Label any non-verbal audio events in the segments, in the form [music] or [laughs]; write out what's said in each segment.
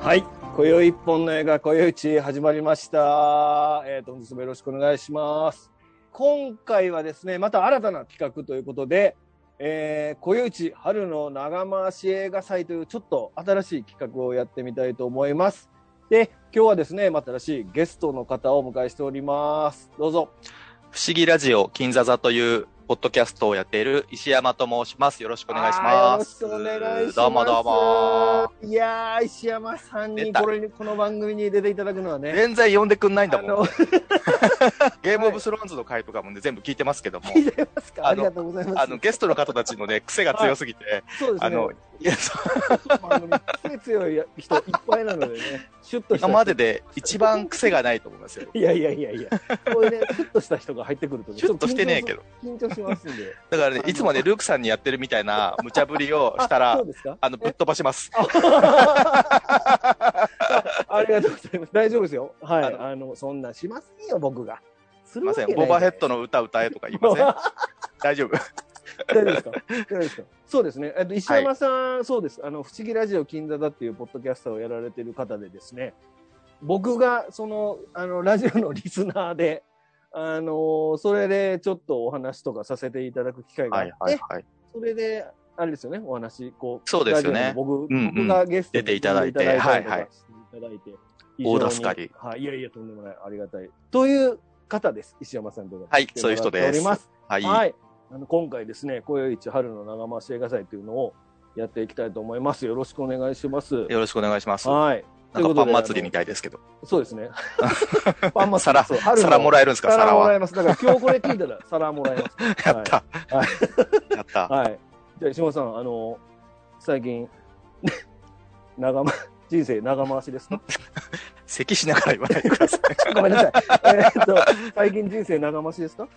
はい。今宵一本の映画、今宵一始まりました。えーと、本日もよろしくお願いします。今回はですね、また新たな企画ということで、えー、今宵一春の長回し映画祭というちょっと新しい企画をやってみたいと思います。で、今日はですね、また新しいゲストの方をお迎えしております。どうぞ。不思議ラジオ金座座というポッドキャストをやっている石山と申します。よろしくお願いします。はいよろしくお願いします。どうもどうも。。いやー、石山さんに出たこれに、この番組に出ていただくのはね、全然呼んでくんないんだあものん。、ゲームオブスローンズの回とかもね、全部聞いてますけども、聞いてますかあありのがとうございます。あの、ゲストの方たちのね、癖が強すぎて、そうですね。あの、いや、そう番組癖強い人いっぱいなのでね、シュッとした人今までで一番癖がないと思いますよ。いやいやいやいや、これね、シュッとした人が入ってくるとね、シュッとしてねえけど。緊張しますんで。だからね、いつもね、ルークさんにやってるみたいな無茶ぶりをしたあらそう、ですか [laughs] あの、ぶっ飛ばします。ありがとうございます。大丈夫ですよ。はい。ああの、のそんなんしませんよ、僕が。すすいません。ボバヘッドの歌歌えとか言 [laughs] いません。大丈夫。大丈夫ですか大丈夫ですかそうですね。えっと、石山さん、そうです。あの、不思議ラジオ金座だっていうポッドキャスターをやられてる方でですね、僕が、その、あの、ラジオのリスナーで、あの、それでちょっとお話とかさせていただく機会があっはてい、はいはい。それで、あれですよね、お話、こう、そうですよねラジオの僕、うんうん僕がゲストに出ていただいて出りとかはいはいしていただいて、大助かり非常にはい、いやいや、とんでもない、ありがたい。という方です、石山さんとか。はいそういう人ですおります。はい。はい。あの今回ですね、今宵一春の長回し映画祭というのをやっていきたいと思います。よろしくお願いします。よろしくお願いします。はい。なんかパン祭りみたいたいですけど。そうです [laughs] ね。パン祭り。皿そう、春の皿もらえるんですか皿皿もらは。えます。だから今日これ聞いたら皿もらえます。 [laughs] やった。は [laughs] やった。はい。じゃあ、石本さん、あの、最近、 [laughs] 長ま、人生長回しですか [laughs] 咳しながら言わないでください。 [laughs] ごめんなさい。えーっと、最近人生長回しですか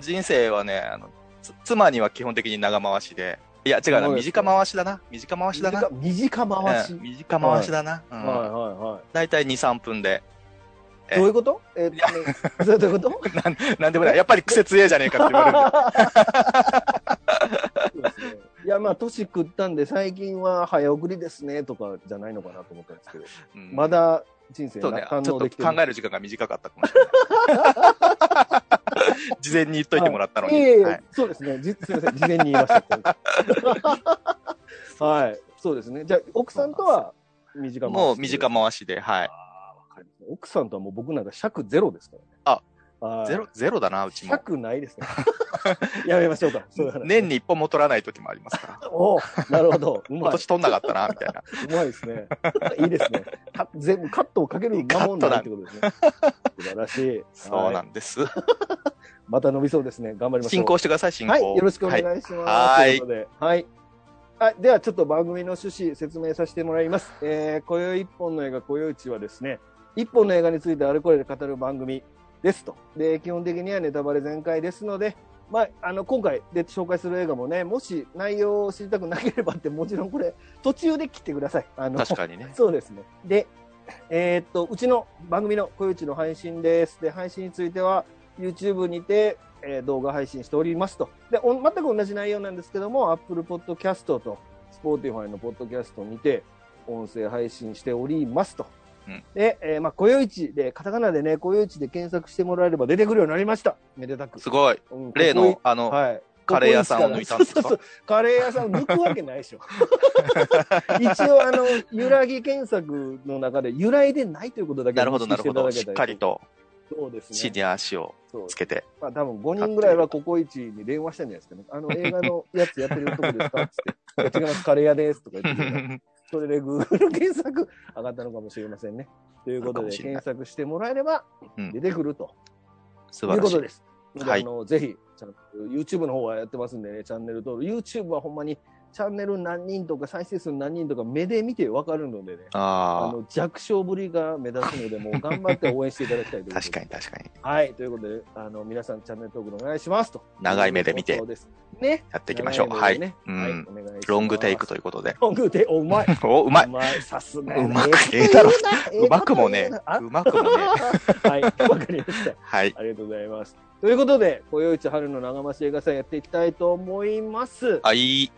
人生はね、あの、つ妻には基本的に長回しで。いや、違うな。そうですか短回しだな。短回しだな。短短回し。うん短回しだな。はういんは大体2、3分で。いはえい。どういうことえーっとね、 [laughs] そういうことなんなんでもない。やっぱり癖強えじゃねえかって言われるんだよ。そうですねいやまあ年食ったんで最近は早送りですねとかじゃないのかなと思ったんですけど、うんまだ人生そうなね。ちょ堪っ能とで考きてるえる時間が短かったかもしれない。事前に言っといて [laughs] もらったのいに。えいえはいそうですねじすみません事前に言いました [laughs] はいそうですねじゃあ奥さんとは短回しもう短回しで、はい。あーわかります奥さんとはもう僕なんか尺ゼロですからねあはいゼロ、ゼロだな、うちも。尺ないですね [laughs] やめましょうかそういう話 [laughs] 年に一本も取らない時もあ [laughs] りますから。おーなるほどうま今い [laughs] 年取んなかったな、みた [laughs] いな。うまいですね。いいですね。か全部カットをかける間もないってことですね。素晴らしい。そうなはいんです。また伸びそうですね。頑張りましょう。進行してください、進行。はい、よろしくお願いはします。はいということで、はい。あでは、ちょっと番組の趣旨説明させてもらいます。えー、今宵一本の映画、今宵一はですね、一本の映画についてあれこれで語る番組ですと。で、基本的にはネタバレ全開ですので、まあ、あの、今回で紹介する映画もね、もし内容を知りたくなければって、もちろんこれ、途中で切ってください。あの、確かにね。そうですね。で、えーっと、うちの番組の小内の配信です。で、配信については YouTube にて、えー動画配信しておりますと。で、お全く同じ内容なんですけども、Apple Podcast と Spotify の Podcast にて音声配信しておりますと。うんで、えーまあ、小内で、カタカナでね、小内で検索してもらえれば出てくるようになりました。めでたく。すごい。うん例の、あの、はい。カレー屋さんを抜いたんですかそうそうそうカレー屋さんを抜くわけないで [laughs] しょ。一応、あの、揺らぎ検索の中で、揺らいでないということだけなるほど、認な識してるいほただど。けたしっかり。と、そうです地ね。に足をそうつけて。まあ、多分5人ぐらいはココイチに電話したんじゃないですかね。あの、映画のやつやってるとこですかつって。いや違います、カレー屋ですとか言ってくれた。それで Google 検索上がったのかもしれませんね。ということあるかもで、しれな検い索してもらえれば [laughs] うん出てくると。素という晴らこしとい。です。はいあのぜひちゃんと YouTube の方はやってますんでね、チャンネル登録。YouTube はほんまにチャンネル何人とか再生数何人とか目で見てわかるのでね、ああの弱小ぶりが目立つので、もう頑張って応援していただきたいとあ、いうことで [laughs] 確かに確かに。はい、ということで、あの皆さんチャンネル登録お願いしますと。長い目で見てそうです。ね。やっていきましょう。長はいい。目でねうんはい、お願いしますロングテイク。ということで。 [laughs] ロングテイク、おうまい。お、うまい。うまい、さすがやなうまくええだろええこと言うなうまくもねええこと言うなあうまくもね [laughs] はい、わかりました。はい。ありがとうございます。ということで、今宵一春の長回し映画祭やっていきたいと思います。はい。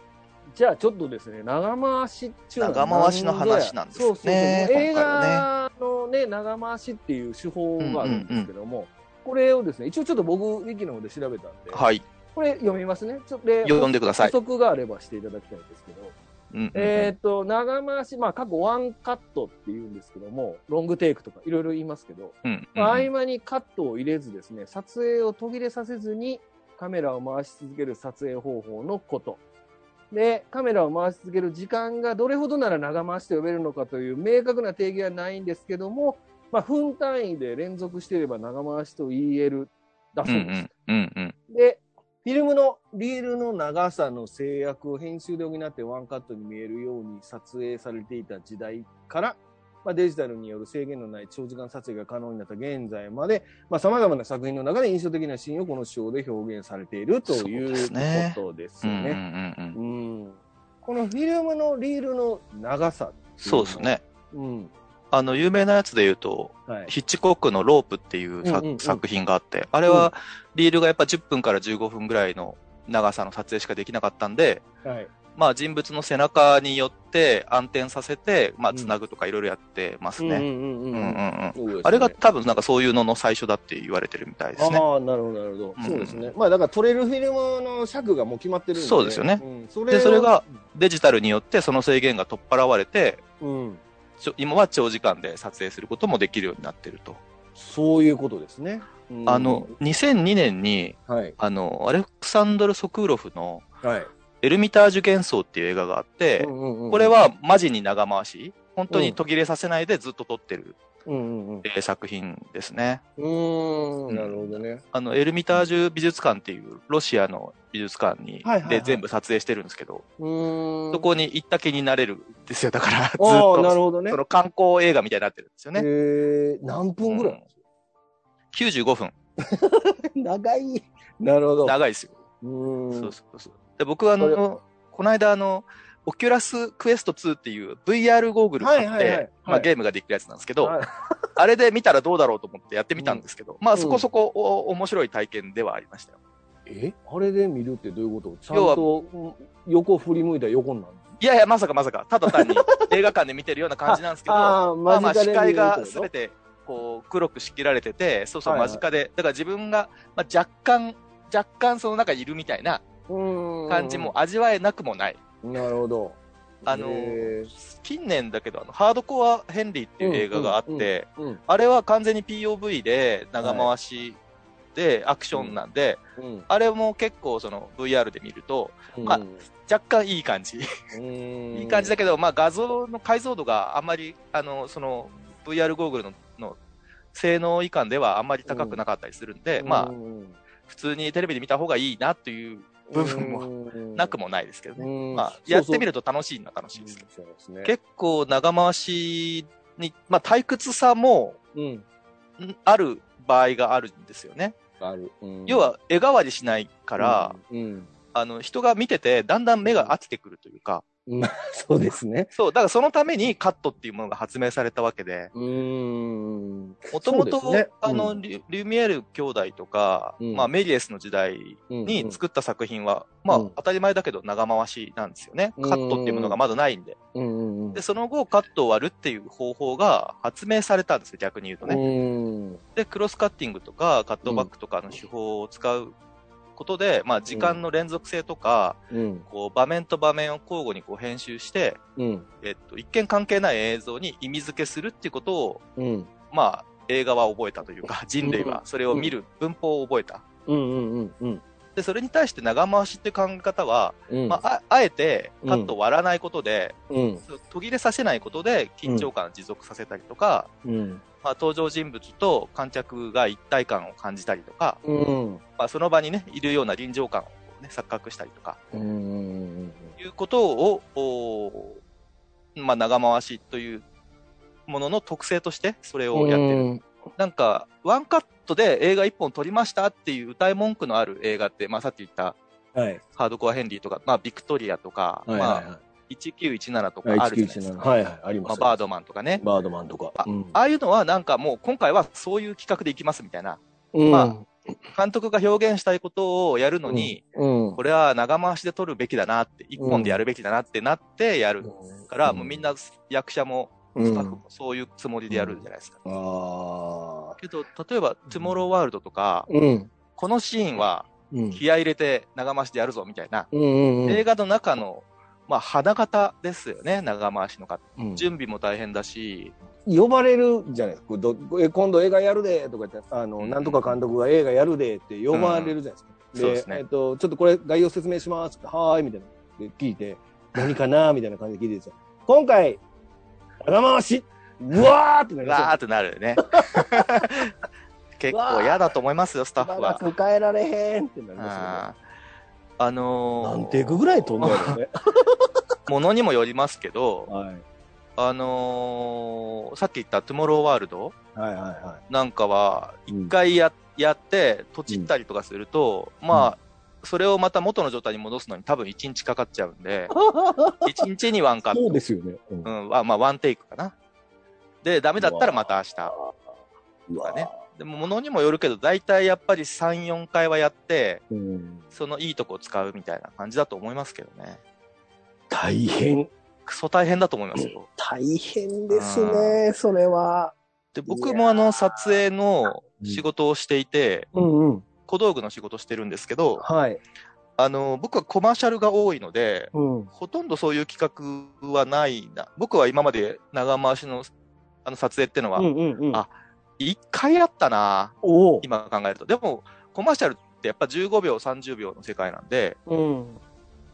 じゃあちょっとですね、長回しっていうのは長回しの話なんですねそうそうそう映今回画のね、長回しっていう手法があるんですけども、これをですね、一応ちょっと僕、ウィキの方で調べたんで、はい。これ読みますね。ちょっとで読んでくださ補い。足があればしていただきたいんですけど、うんうんうんえっ、と、長回し、まあ、過去ワンカットっていうんですけども、ロングテイクとかいろいろ言いますけど、うんうんうんまあ合間にカットを入れずですね、撮影を途切れさせずにカメラを回し続ける撮影方法のこと。で、カメラを回し続ける時間がどれほどなら長回しと呼べるのかという明確な定義はないんですけども、まあ、分単位で連続していれば長回しと言えるだうそんううです。んうんうんで、フィルムのリールの長さの制約を編集で補ってワンカットに見えるように撮影されていた時代から、まあ、デジタルによる制限のない長時間撮影が可能になった現在まで、まあ、様々な作品の中で印象的なシーンをこの手法で表現されているとそういでうすねことですうんうんうね。んうんうんこのフィルムのリールの長さ。そうですね。うん。あの、有名なやつで言うと、はい。ヒッチコックのロープっていうさうんうんうん作品があって、あれはリールがやっぱ10分から15分ぐらいの長さの撮影しかできなかったんで、はい。まあ人物の背中によって暗転させて、まあ繋ぐとかいろいろやってますうんうね。んうんううんうん。んうん。そうですねあれが多分なんかそういうのの最初だって言われてるみたいですね。ああ、なるほど、なるほど。うんそうですね。まあ、だから、撮れるフィルムの尺がもう決まってるんで。そうですよねうんそで、それが、デジタルによってその制限が取っ払われて、うん、ちょ今は長時間で撮影することもできるようになってると。そういうことですね。うんあの、、2002年に、はい、あの、アレクサンドル・ソクーロフのはい。エルミタージュ幻想っていう映画があって、うんうんうんこれ、はマジに長回し、本当に途切れさせないでずっと撮ってる、うんうんうん。うえー作品ですね。ーん、なるほどね。あの、エルミタージュ美術館っていうロシアの美術館に、はいはいはいで全部撮影してるんですけど、うーん。そこに行った気になれるんですよ。だから、ずっああ、なると、ほどねそ。の観光映画みたいになってるんですよえね。ー何分ぐらい、 95分。 [laughs] 長い。なるほど。長いですよ。うーん。そうそうそう。で、僕はあそれの、この間あの、オキュラスクエスト2っていう VR ゴーグル買って、はいはいはいはいまあ、ゲームができるやつなんですけど、はいあれで見たらどうだろうと思ってやってみたんですけど、まうあんそこそこお面白い体験ではありましたよ。えあれで見るってどういうことちゃん要はとうん横振り向いたら横になるいやいや、まさかまさか、ただ単に映画館で見てるような感じなんですけど、ああ、まあま間あ近視で界見がるってすこべとてこう黒く仕切られてて、そうそうはいはい間近で、だから自分が、まあ、若干、若干その中にいるみたいなうーん感じも味わえなくもない。なるほど。あのへー近年だけど、あの、ハードコアヘンリーっていう映画があって、うんうんうんあれは完全に POV で長回しでアクションなんで、うんあれも結構その VR で見るとまあ若干いい感じ。いいい感じだけど、まあ画像の解像度があんまり、あの、その VR ゴーグルのの性能以下ではあんまり高くなかったりするんで、まあ普通にテレビで見た方がいいなという部分ももなくもないですけどね。もまあやってみると楽しいのは楽しいですけど。そうですね。結構長回しに、まあ退屈さもうんんある場合があるんですよね。ある。うん要は絵代わりしないから、、うんあの人が見ててだんだん目が飽きてくるというか、うんまあそうですね。そう、だからそのためにカットっていうものが発明されたわけで、うーん。もともそうとですねあうの、んリュリュミエール兄弟とか、うんまあメリエスの時代に作った作品は、まあうん当たり前だけど長回しなんですよね。うんカットっていうものがまだないんで。うんうんうんで、その後カットを割るっていう方法が発明されたんですよ、逆に言うとね。うんで、クロスカッティングとかカットバックとかの手法を使うことで、まあ時間の連続性とか、うんこう場面と場面を交互にこう編集して、うんえっと、一見関係ない映像に意味付けするっていうことを、うんまあ、映画は覚えたというか、人類はそれを見る文法を覚えた。うんうんうんで、それに対して長回しっていう考え方は、うんまあ、ああえてカットを割らないことで、うん途切れさせないことで緊張感を持続させたりとか、うんまあ、登場人物と観客が一体感を感じたりとか、うんまあ、その場にね、いるような臨場感を、ね、錯覚したりとか、うんうんいうことを、おーまあ、長回しというものの特性として、それをやってる。なんか、ワンカットで映画一本撮りましたっていう歌い文句のある映画って、まあ、さっき言った、はいハードコアヘンリーとか、まあ、ビクトリアとか、はいまあ、は1917といはい。かあるじゃないですか。はいはいありままあ、す。バードマンとかね。バードマンとか。うんああいうのはなんかもう今回はそういう企画でいきますみたいな、うんま監督が表現したいことをやるのに、うん。これは長回しで撮るべきだなって、一本でやるべきだなってなってやるから、もうみんな役者もうスタッフんも。そういうつもりでやるじゃないですか。ああ。けど、例えば、トゥモローワールドとか、うん。このシーンはうん。気合い入れて長回しでやるぞみたいな、うんうんうん。映画の中の、まあ、花形ですよね、長回しの方。うん準備も大変だし、呼ばれるじゃないですか。どえ今度映画やるでとか言って、あの、うんなんとか監督が映画やるでって呼ばれるじゃないですか。うんそうですねえっと、ちょっとこれ概要説明しますってはーい、みたいな。で、聞いて、何かなみたいな感じで聞いてですよ。今回、長回し、うわーってなりわーまってなるよ [laughs] ね。結構嫌だと思いますよ、スタすよ。ッしフばらくは。帰られへんってなりまあーあすのよーね。何テイクぐらい飛んだよね。ものにもよりますけど、 [laughs] はい。あのーさっき言ったトゥモローワールドはいはいはなんかは、い。うん一回ややって、閉じったりとかすると、まあ、それをまた元の状態に戻すのに多分1日かかっちゃうんで、1日にワンカット。そうですよね。うんうん、わまあ、ワンテイクかな。で、ダメだったらまた明日。うわーとかねでも、ものにもよるけど、大体やっぱり3、4回はやって、うんそのいいとこを使うみたいな感じだと思いますけどね。大変、クソ大変だと思いますよ。大変ですね、それは。で、い僕やもあの、撮影の仕事をしていて、うんうん。小道具の仕事してるんですけど、はい。あの、僕はコマーシャルが多いので、うん。ほとんどそういう企画はないな。僕は今まで長回しのあの撮影ってのはうん、うんうん。あ一回あったな、おお。今考えると。でも、コマーシャルってやっぱ15秒、30秒の世界なんで、うん。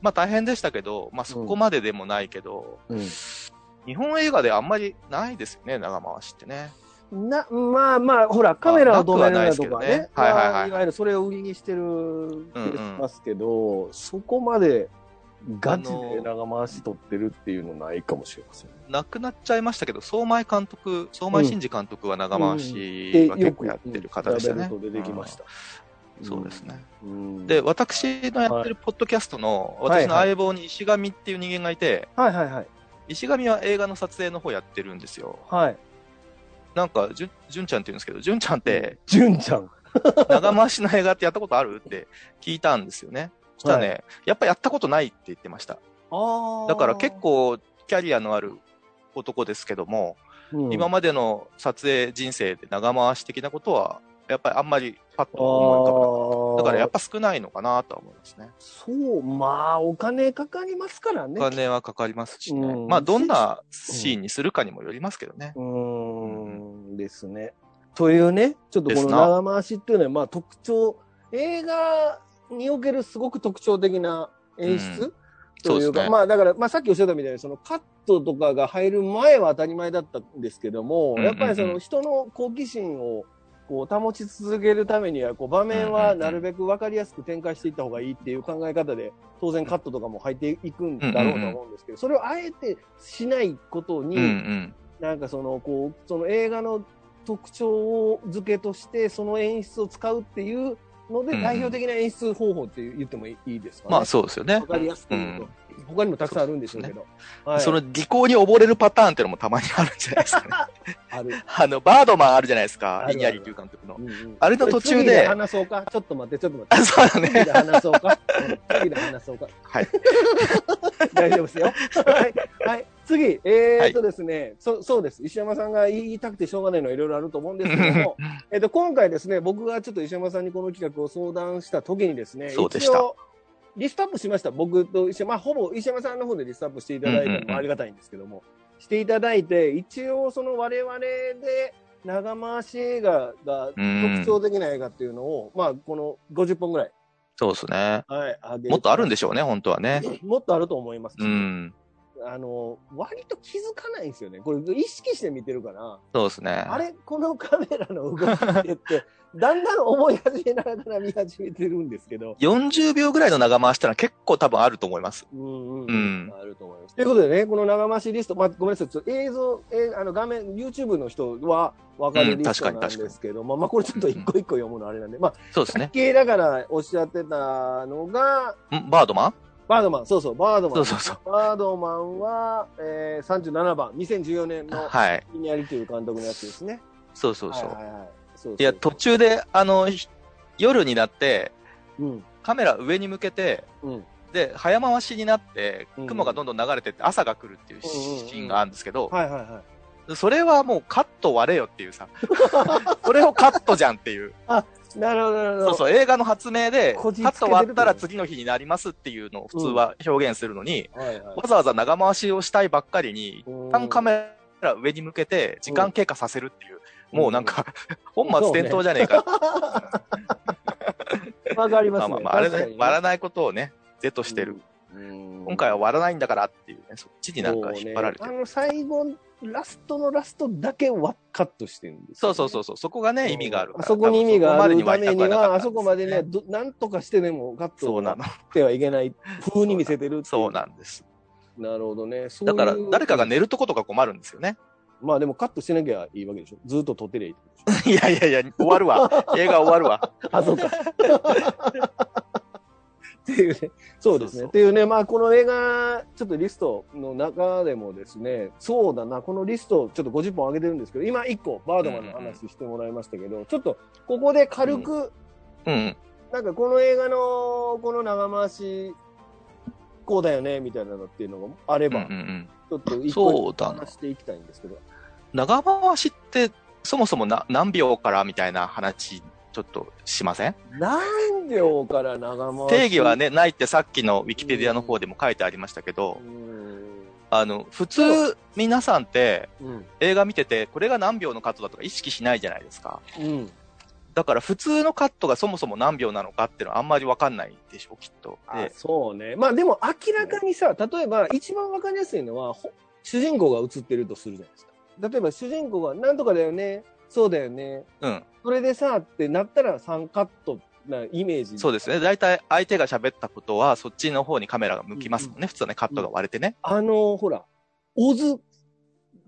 まあ大変でしたけど、まあそこまででもないけど、う日本映画であんまりないですよね、長回しってね。ん、なまあまあ、ほら、カメラを止めるやとかね。なくはないですけどねはいはいはいまあいわゆるそれを売りにしてる気がしますけど、そこまでガチで長回し撮ってるっていうのないかもしれません。亡くなっちゃいましたけど、相前監督、相前真司監督は長回しでは結構やってる方でしたね。よくうん調べると出てきました。うんそうですね。うん。で、私のやってるポッドキャストの、私のはい相棒に石神っていう人間がいて、はいはいはい。石神は映画の撮影の方やってるんですよ。はい。なんか、じゅん、じゅんちゃんって言うんですけど、じゅんちゃん [laughs] って、純ちゃん。長回しの映画ってやったことあるって聞いたんですよね。そしたらね、やっぱやったことないって言ってました。あだから結、構キャリアのある男ですけども、今までの撮影人生で長回し的なことは、やっぱりあんまりパッと思い浮かばなあい。だからやっぱぱ少ないのかなとは思いますね。そう、まあ、お金かかりますからおね。金はかかりますしね。うんまあ、どんなシーンにするかにもよりますけどね。うーんですね。というね、ちょっとこの長回しっていうのは、まあ特徴、映画におけるすごく特徴的な演う出、そうとでいすうか、ね。まあだから、まあさっきおっしゃったみたいに、そのカットとかが入る前は当たり前だったんですけども、うんうんうんやっぱりその人の好奇心をこう保ち続けるためには、こう場面はなるべくわかりやすく展開していった方がいいっていう考え方で、当然カットとかも入っていくんだろうと思うんですけど、それをあえてしないことに、うんうん。なんかそのこうその映画の特徴を付けとしてその演出を使うっていうのうんうでん代表的な演出方法って言ってもいいですかね。まあ、そうですよねわ。かりやすく言うと、他にもたくさんあるんでしょうけど、はい、その技巧に溺れるパターンっていうのもたまにあるんじゃないですかね。 [laughs] ある、あの、バードマンあるじゃないですかあ。るあるイニャリという監督の [laughs] う。んうんあれの途中で次話そうかちょっと待ってちょっと待あ、って。そうだ次ねで。話そうか。うん次で話そうか。はい。 [laughs] 大丈夫ですよ。はい。はい。次、えー、っとですね、そ、そうです。石山さんが言いたくてしょうがないのはいろいろあると思うんですけども、えっと、今回ですね、僕がちょっと石山さんにこの企画を相談した時にですね、そうでした一応リストアップしました。僕と石山、まあ、ほぼ石山さんの方でリストアップしていただいうんてうんうんもありがたいんですけども、していただいて、一応その我々で長回し映画がうん特徴的な映画っていうのを、まあ、この50本ぐらい、そうですね。はい、あげもっとあるんででしょうね、本当はね。もっとあると思います。うん。あの、割と気づかないんですよね。これ意識して見てるから、そうですね。あれこのカメラの動きって [laughs] って、だんだん思い始めながら見始めてるんですけど、 40秒ぐらいの長回しってのは結構多分あると思います。うんうん、うんあると思います。ということでね、この長回しリスト、まあ、ごめんなさい、ちょっと映像、えーあの画面、YouTube の人は分かうるんリスト確なかにんですけども、まあ、これ [laughs] ちょっと一個一個読むのあれなんで、まあ、そうですね。系だからおっしゃってたのが、んバードマンバードマン、そうそう、バードマン。そうそうそうバードマンは、えー、37番、2014年のはい。イニアリという監督のやつですね。そうそうそう。はいはいはいそうそういや、途中で、あの、ひ夜になって、うん。カメラ上に向けて、うん。で、早回しになってうん、雲がどんどん流れてって朝が来るっていうシうんうんうんーンがあるんですけど、はいはいはい。それはもうカット割れよっていう [laughs] さ、それをカットじゃんっていう。なるほど、なるほど。そうそう、映画の発明で、カこじつけてるット割ったら次の日になりますっていうのを普通は表現するのに、はいはい。わざわざ長回しをしたいばっかりに、うん一旦カメラ上に向けて時間経過させるっていう、うんもうなんか、本末転倒じゃねえか。わかりまますあね。まあまあ、あれ確かねに、ね割らないことをね、是としてる。。うん今回は割らないんだからっていうね、そっちになんか引っ張られてそうる。ねあの最後ラストのラストだけはカットしてるんですよねそうそうそうそう、そこがね、意味があるから。あそこに意味があるためには、あそ多こ分まこでににはは行きたくなかど、なったんですねんとかしてでもカットそうをななっ [laughs] の。てはいけない風に見せてるっていそうなんです。なるほどね。そういだうから、誰かが寝るとことか困るんですよね。 [laughs] まあでもカットしなきゃいいわけでしょ。ずっと撮ってりゃいいってことでしいやいやいや、終わるわ。 [laughs] 映画終わるわ。ょ。あ、 [laughs] そうか。っていうね。そうですね。そうそうっていうね、まあこの映画、ちょっとリストの中でもですね、そうだな、このリスト、ちょっと50本上げてるんですけど、今1個、バードマンの話してもらいましたけど、ちょっとここで軽く、うん。なんかこの映画のこの長回しこうだよねみたいなのっていうのがあれうんうば、んちょっとうん。一個そうだな話。していきたいんですけど、長回しって、そもそもな何秒からみたいな話、ちょっとしません何秒から長回し定義は、ね、ないってさっきのウィキペディアの方でも書いてありましたけどう、んあの、普通、皆さんってうん映画見てて、これが何秒のカットだとか意識しないじゃないですか。うん、だから普通のカットがそもそも何秒なのかっていうのはあんまりわかんないでしょ、きっと。あでそうねまあでも明らかにさ例えば一番わかりやすいのはほ主人公が映ってるとするじゃないですか例えば主人公が「なんとかだよねそうだよねうん。それでさ」ってなったら3カットなイメージそうですね。大体相手が喋ったことはそっちの方にカメラが向きますもんね。普通はね、カットが割れてね。あのほら、大津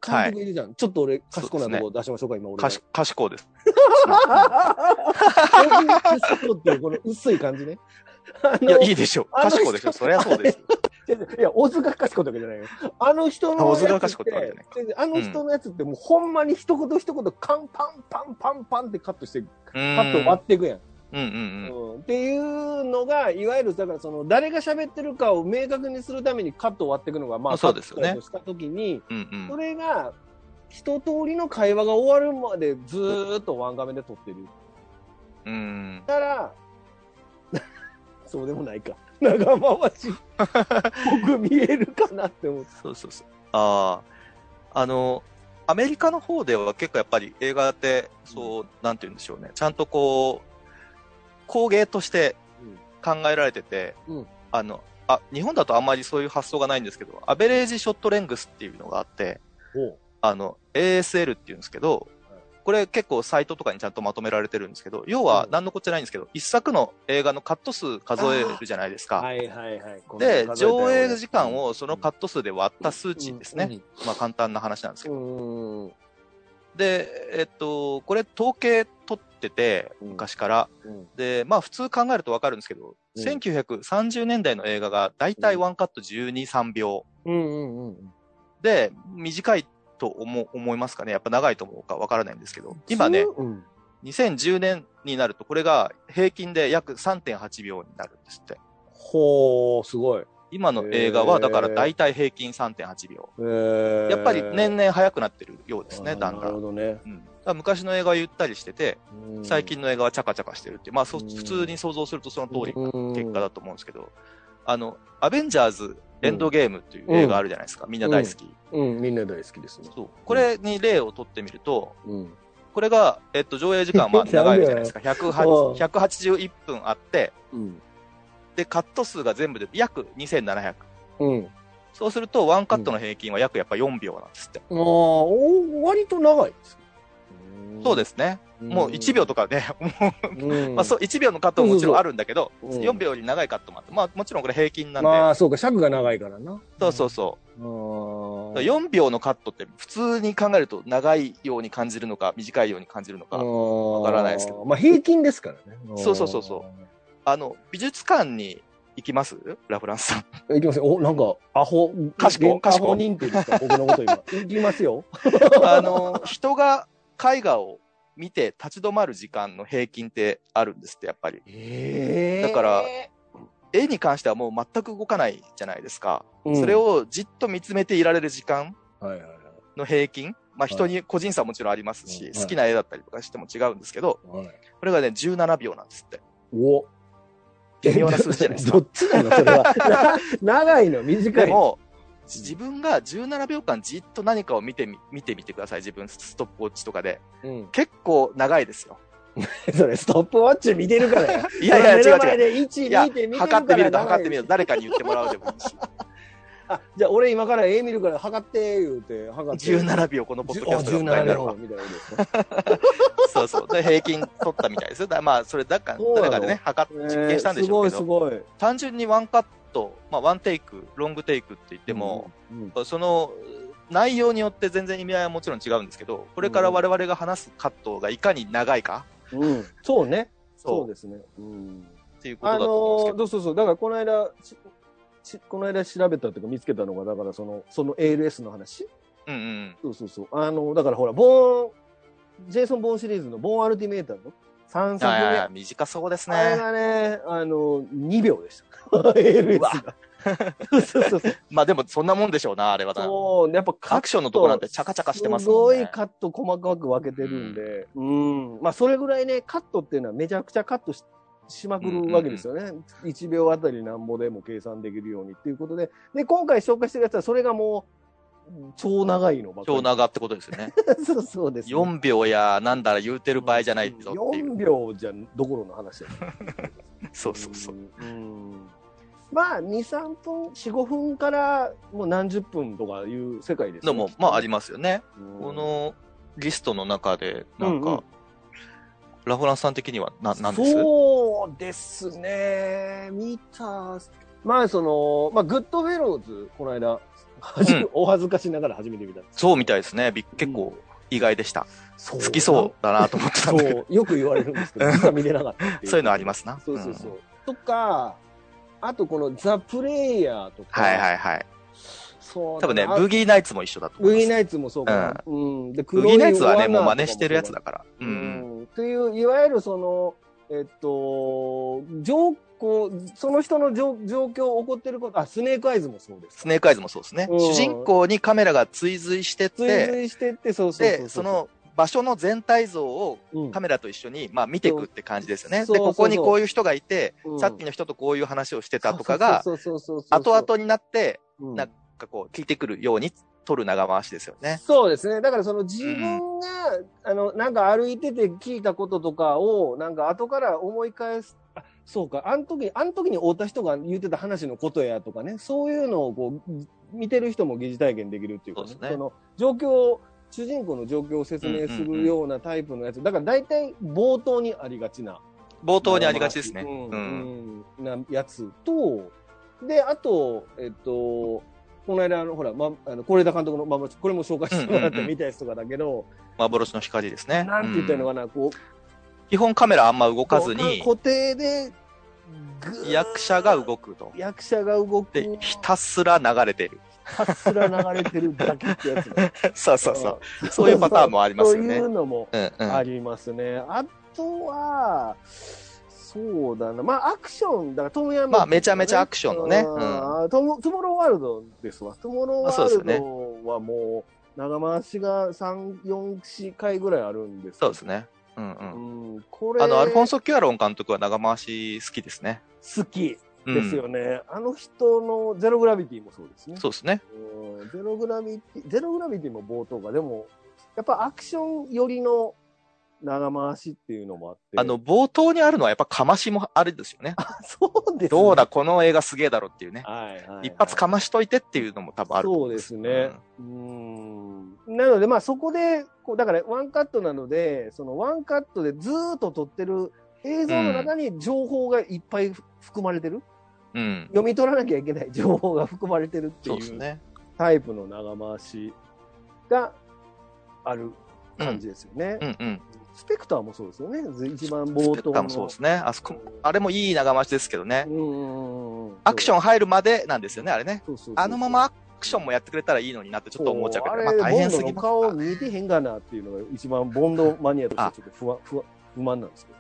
監督いるじゃん。ちょっと俺、賢そうなですとこね出しましょうか、今俺かが。し、賢いです。賢っていうこの薄い感じね。あいや、の、いいでしょう。賢いですよ。そりゃそうですよ。いや、大津が賢いわけじゃないよ。あの人のやつって。あ大津が賢いってわけじゃないあの人のやつってもうほんまに一言一言、カンパンパンパンパンってカットして、[laughs] カカット割っていくやん。うんうんうん。うんっていうのが、いわゆる、だからその、誰が喋ってるかを明確にするためにカットを割っていくのが、まあ、そうですよねカットした時に、うんうそん。れが一通りの会話が終わるまでずーっとワン画面で撮ってるうん。だから [laughs] そうでもないか長回 [laughs] し僕見えるかなって思ってそうそうそう。ああ。あの、アメリカの方では結構やっぱり映画って、そう、なんて言うんでしょうね。ちゃんとこう、工芸として考えられてて、うんあの、あ、日本だとあんまりそういう発想がないんですけど、アベレージショットレングスっていうのがあって、ほあの、ASL っていうんですけどはい、これ結構サイトとかにちゃんとまとめられてるんですけど、要はうん何のこっちゃないんですけど、一作の映画のカット数数えるじゃないですか。はいはいはいこので、数えたよ上映時間をそのカット数で割った数値ですね。まあ簡単な話なんですけうど。んうんで、えっと、これ統計取ってて、うん昔から。うんで、まあ普通考えるとわかるんですけど、うん1930年代の映画がだいたいワンカット12、3秒。うんうんうんで、短いと思思いますかねやっぱ長いと思うかわからないんですけど、今ね、うん2010年になるとこれが平均で約3.8秒になるんですって。ほうすごい今の映画へはーだからだいたい平均3.8秒。えーやっぱり年々早くなってるようですあね、ーだんなだるんほ。どねうん、だから昔の映画はゆったりしてて、うん最近の映画はチャカチャカしてるっていう、まあ、そうん普通に想像するとその通りのうん結果だと思うんですけど、あの、アベンジャーズエンドゲームという映画あるじゃないですか、みんな大好き。うんみんな大好きですねそうこれに例を取ってみると、うんこれが、えっと、上映時間はまあダメだよ長いじゃないですか、108 181分あって、うんで、カット数が全部で約2700。うんそうすると、ワンカットの平均は約やっぱ4秒なんですって。ああ、お割と長いです。。そうですすね。もう1秒とか、かね、 [laughs] もううん [laughs] まあ、そう1秒のカットももちろんあるんだけど、そうそうそううん4秒より長いカットもあって、まあ、もちろんこれ平均なんで、まあ、そうか、尺が長いからな。そうそうそう、うん。だから4秒のカットって、普通に考えると長いように感じるのか、短いように感じるのか、わからないですけどまあ、平均ですから [laughs] ね。そうそうそうそあの美術館に行きますラフランスさん。うん。いきますよ。お、なんか、アホ、賢いア賢いホ [laughs] 認定ですか、僕のこと今。いきますよ。あの人が絵画を見て立ち止まる時間の平均ってあるんですって、やっぱり。えだから絵に関してはもう全く動かないじゃないですか。それ、をじっと見つめていられる時間うんはいはいはいの平均、まあい人に個人差はもちろんありますし、うん好きな絵だったりとかしても違うんですけど、はい、これがね、17秒なんですって。お微妙な数字じゃないですかどっちなのそれは。 [laughs] な長いの短でいの。も、自分が17秒間じっと何かを見てみ、見てみてください。自分、ストップウォッチとかで。うん、結構長いですよ。それストップウォッチ見てるからや。 [laughs] いやいや、違目のう違前う。で1、いや2って見てるから測ってみると長い測ってみると、誰かに言ってもらうでもいいし。あ、じゃあ俺今から絵見るから測って言うて、測って。 17秒、このポッドキャストが [laughs] 答えになる秒わ。みたいなことですか。そうそう。で、平均取ったみたいですよ。だまあ、それ、だから、そうなの誰かでね、測っ、実験したんでしょうけすど、ごいすごい。単純にワンカット、まあ、ワンテイク、ロングテイクって言っても、うん、うんその、内容によって全然意味合いはもちろん違うんですけど、これから我々が話すカットがいかに長いか、うんそうね。そうそうですね。うんっていうこあとだのと思うんですけど。ー、そうそうそう。だからこの間、ちちこの間調べたっていうか見つけたのが、だからその、その ALS の話。うんうん。そうそうそう。あの、だからほら、ボーン、ジェイソン・ボーンシリーズのボーン・アルティメーターの3作いやいや目。短そうですあれね。がね、あの、2秒でした。ALS [laughs] が。そう [laughs] そうそうそう。まあでも [laughs] そんなもんでしょうな、あれはな。そう、やっぱカアックト。ションのとこなんてチャカチャカしてますすもごんね。いカット細かく分けてるんで。うん。まあ、それぐらいね、カットっていうのはめちゃくちゃカットししまくるわけですよね。1秒あたりなんぼでも計算できるようにっていうことで。で、今回紹介してるやつは、それがもう、超長いのばっかり超長ってことですよね。 [laughs] そうそうです、ね。 4秒やなんだら言うてる場合じゃないぞっていう。 4秒じゃどころの話だよそうそうそう。んまあ23分45分からもう何十分とかいう世界ですのよも、まあありますよね。うんこのリストの中で、なうんんうんか、ラフランスさん的にはな、なんですそうですね見たまあその、まあ、グッドフェローズこの間、はじうんお恥ずかしながら初めて見たんですそうみたいですね。び結構意外でした。そ好きそうだなと思ってたんだけど。そうよく言われるんですけ [laughs] ど実は見れなかったっていそういうのありますな。。そうそうそううんとか、あとこのザ・プレイヤーとか。はいはいはい。そう多だ分ね、なブギーナイツも一緒だと思ブギいますー。ナイツもそうかな。うん。で、ブ黒ギいーナイツはね、罠もうとか真似してるやつだから。ううんうん。ん。という、いわゆるその、えっと、状こうその人の状状況、起こってること、あ、スネークアイズもそうです。スネークアイズもそうですね。うん主人公にカメラが追随してっ追て、随してって、そうそうそうで、そ、の場所の全体像をうんカメラと一緒に、まあ、見ていくって感じですよね。そうで、そうここにこういう人がいて、うんさっきの人とこういう話をしてたとかが、そうそうそうそうそう後々になって、うんなんなんかこう、聞いてくるように撮る長回しですよね。そうですね。だからその自分が、あの、なんか歩いてて聞いたこととかを、なんか後から思い返す。あそうか、あの時、あの時に会った人が言ってた話のことやとかね、そういうのをこう、見てる人も疑似体験できるっていうか、そうですねの状況を、主人公の状況を説明すうんうんうるんようなタイプのやつ。だから大体冒頭にありがちな。冒頭にありがちですね。うんうん。うんなやつと、で、あと、えっと、この間、あの、ほら、ま、あの、是枝監督の、まあ、まあこれも紹介してもらっうんうんたうん見たやつとかだけど、幻の光ですね。なんて言ったらいいのうんかな、こう、基本カメラあんま動かずに、固定で、ぐー役者が動くと。役者が動く。で、ひたすら流れてる。 [laughs] ひたすら流れてるだけってやつね。そうそうそう。そういうパターンもありますよねそういうのもうんうん。ありますね。あとは、そうだな。まあ、アクション、だからトムヤム、まあ、めちゃめちゃアクションのね。うん。あートモトゥモローワールドですわ。トゥモローワあそうでーすよねルドはもう、長回しが3、4、4回ぐらいあるんですけそどうですね。うんうん。うん、これ、あの、アルフォンソ・キュアロン監督は長回し好きですね。好きうん、ですよね。あの人のゼログラビティもそうですね。そうですね。うんゼログラビティ、ゼログラビティも冒頭が、でも、やっぱアクション寄りの長回しっていうのもあって。あの、、冒頭にあるのはやっぱかましもあるんですよね。 [laughs] そうです、ね。どうだ、この映画すげえだろっていうね。はいはいはい、一発かましといてっていうのも多分あるとそ思うんですね。うん、なので、まあそこで、こうだからワンカットなので、そのワンカットでずーっと撮ってる映像の中に情報がいっぱいふ含まれてる、うん。うん読み取らなきゃいけない情報が含まれてるってそうですいうね。タイプの長回しがある感じですよね。うんうん。スペクターもそうですよね。ず一番ス冒頭ペクターもそうのです。ね。あそこ、あれもいい長回しですけどねう。んうんうんうんアクションン入るまでなんですよね、あれね。あのままクションもやってくれたらいいのになってちょっと思っちゃうけあど、れまあ大変すボぎンドまのすか顔見えてへんがなっていうのが一番ボンドマニアとしてちょっと不安不安不満なんですけど。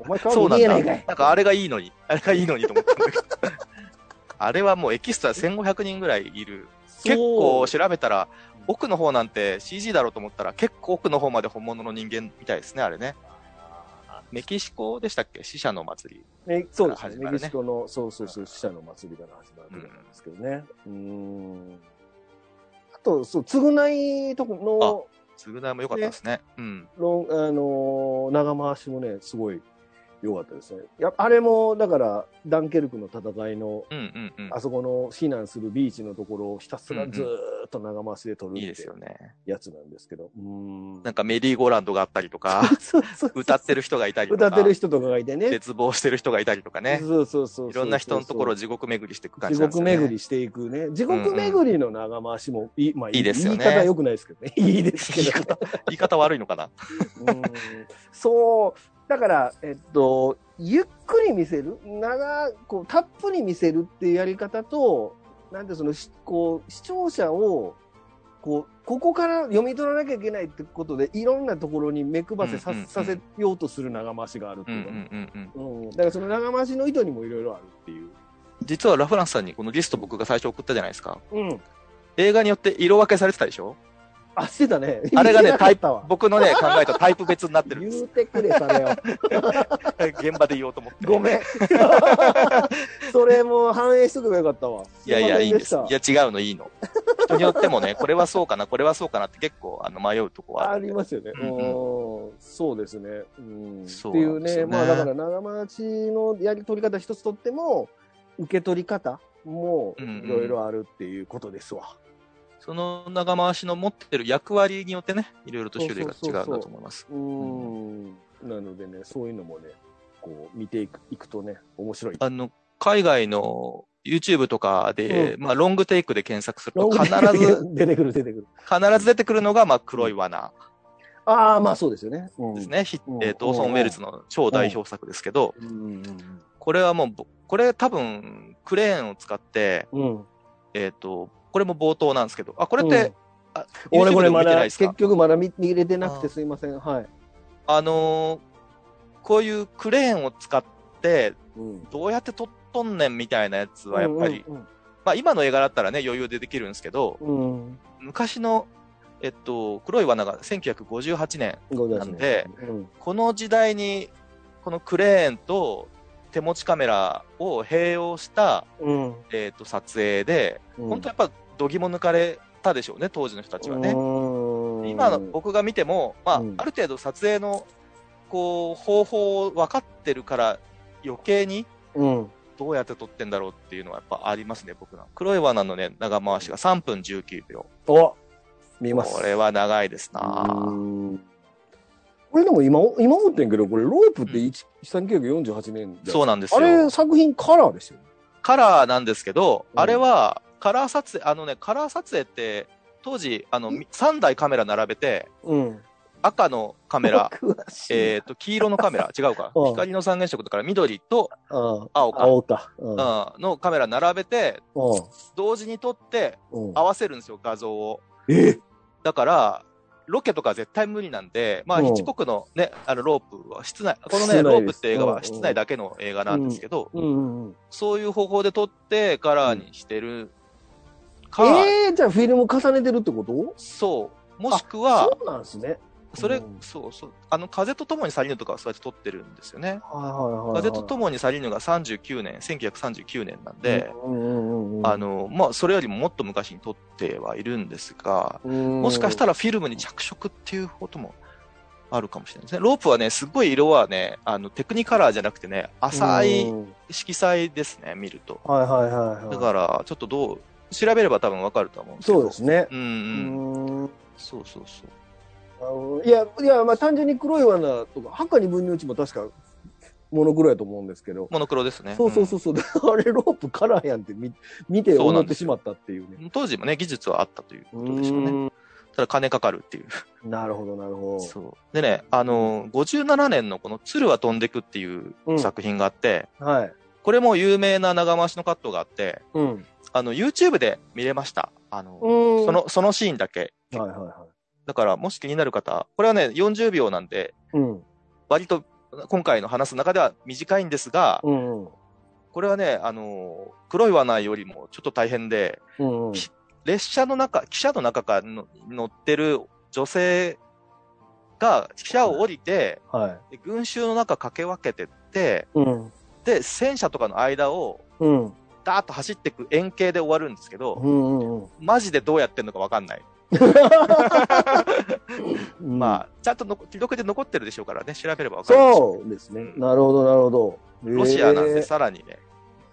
お前そ顔うな見んえなだ。ないかんい。かあれがいいのに、あれがいいのにと思ったんだけど。 [laughs] あれはもうエキストラ1500人ぐらいいる。結構調べたら、奥の方なんて CG だろうと思ったら、結構奥の方まで本物の人間みたいですね、あれね。メキシコでしたっけ死者の祭り。ね、そうです始ね。まるメねキシコの、そうそうそう、死者の祭りから始まるわけなんですけどね。うーん。あと、そう、償いとこ償いも良かったですね。うん。の、ロンあのー長回しもね、すごい良かったですね。やあれも、だから、ダンケルクの戦いの、うんうんうん。あそこの避難するビーチのところをひたすらずーっと長回しで撮るいいっですてよね。やつなんですけど。うーん。なんかメリーゴーランドがあったりとか、 [laughs] そうそうそう歌ってる人がいたりとか、歌ってる人とかがいてね。絶望してる人がいたりとかね。そうそうそうそう。いろんな人のところを地獄巡りしていく感地じなんです獄よね。巡りしていくね。地獄巡りの長回しもいい、まあいいですよね言い方良くないですけどね。 [laughs] いいですけ言いど、ね方、言い方悪いのかな。うん。そう。だから、えっと、ゆっくり見せる、長、こう、たっぷり見せるっていうやり方と、なんてその、しこう、視聴者を、こう、ここから読み取らなきゃいけないってことで、いろんなところに目配せさ,、うんうんうんさせようとする長回しがあるってうんういんうか、うんうん。うん、だからその長回しの意図にもいろいろあるっていう。実はラフランスさんにこのリスト僕が最初送ったじゃないですか。うん。映画によって色分けされてたでしょあ、してたね。あれ [laughs] が見ねてなかったわ僕のね、考えたタイプ別になってるんです言。うてくれ、それを。現場で言おうと思って。ご [laughs] めん。それもう反映しとけばよかったわ。いやいや、いいんです。いませや、違うの、いいの。人によってもね、 [laughs] これはそうかな、これはそうかなって結構あの迷うとこはあある。りますよね。うんうんそうですね。うんそっうていなうんですね、よねまあだから長回しのやり取り方一つとっても、受け取り方もうんうんいろいろあるっていうことですわ。その長回しの持ってる役割によってね、いろいろと種類が違うんだと思います。うん。なのでね、そういうのもね、こう見ていくいくとね、面白い。あの、海外の YouTube とかで、うまあ、ロングテイクで検索するロとング必 [laughs] ず、出てくる出てくる。必ず出てくるのが、まあ、黒い罠ああ、まあそうですよね。うんです。ね。ひうんえーとオーソン・ウェルズの超代表作ですけど、うんうんこれはもうぼ、これ多分、クレーンを使って、うん。うんえっ、と、これも冒頭なんですけど、あ、これって、うんあ俺 YouTube これでもま見てないだ、です結か局まだ見見れてなくあてーすいません。はい。あのーこういうクレーンを使って、うんどうやって撮っとんねんみたいなやつはやっぱり、。うんまあ今の映画だったらね、余裕でできるんですけど、うん。昔の、えっと、黒い罠が1958年、ございまなすんねで、うんこの時代に、このクレーンと手持ちカメラを併用した、うん。えっと、撮影で、本当やっぱ、どぎも抜かれたでしょうね、当時の人たちはね。ね今の僕が見ても、まあ、うんある程度撮影のこう方法を分かってるから余計にうん。どうやって撮ってんだろうっていうのはやっぱありますね、僕の。黒い罠のね、長回しが3分19秒。お見ます。これは長いですなうんこれでも今、今思ってんけど、これロープって1 1948年で。そううなんですあれよ。作品カラーですよね。カラーなんですけど、うんあれはカラー撮影、あのね、カラー撮影って当時、あの、3台カメラ並べて、うん。、赤のカメラ詳しい。えっと、黄色のカメラ、違うか。うん光の三原色だから緑とあ青あ、か。うん青か。うん。のカメラ並べて、同時に撮ってうん。うん合わせるんですよ、画像を。えだから、ロケとか絶対無理なんで、まあ、うんヒッチコックのね、あの、ロープは室内、この室内でね、すロープって映画うんうはん室内だけの映画なんですけど、うんうんうん。そういう方法で撮ってカラーにしてるか、えー、じゃあフィルム重ねてるってことそう、もしくはそ、うなんですね。それうん、そうそう、あの、風と共に去りぬとかはそうやって撮ってるんですよね。はいはいはいはい、風と共に去りぬが39年、1939年なんで、うんうんうんうん、あの、まあ、それよりももっと昔に撮ってはいるんですが、ももしかしたらフィルムに着色っていうこともあるかもしれないですね。ロープはね、すごい色はね、あの、テクニカラーじゃなくてね、浅い色彩ですね、見ると。はいはいはい、はい。だから、ちょっとどう、調べれば多分わかると思うんですけど。そうですね。うんううん。ーんそうそうそう。あのいや、いや、まあ単純に黒い罠とか、墓に分のうちも確か、モノクロやと思うんですけど。モノクロですね。そうそうそうそう。 [laughs] あれ、ロープカラーやんって見見てそう思なっんでてすしよまったっていうね。うん当時もね、技術はあったということでしょううね。ーんただ金かかるっていう。なるほど、なるほそう。でね、あの、57年のこの鶴は飛んでくっていううん作品があって、ど。はい。これも有名な長回しのカットがあって、うん。あの、YouTube で見れました。あの、うんその、そのシーンだけ。はいはいはだから、もし気になる方、これはね、40秒なんで、い。うん。割と今回の話す中では短いんですが、うんうん。これはね、あの、黒い罠よりもちょっと大変で、うんうん。列車の中、汽車の中からの乗ってる女性が汽車を降りて、はい。で群衆の中駆け分けてって、うん。で、戦車とかの間を、うん。ダーッと走っていく円形で終わるんですけど、うんうんうん。マジでどうやってんのかわかんない。まあ、ちゃんとの記録で残ってるでしょうからね、調べればわかるんですそうですね。なるほど、なるほど。ロシアなんへで、えさらにね。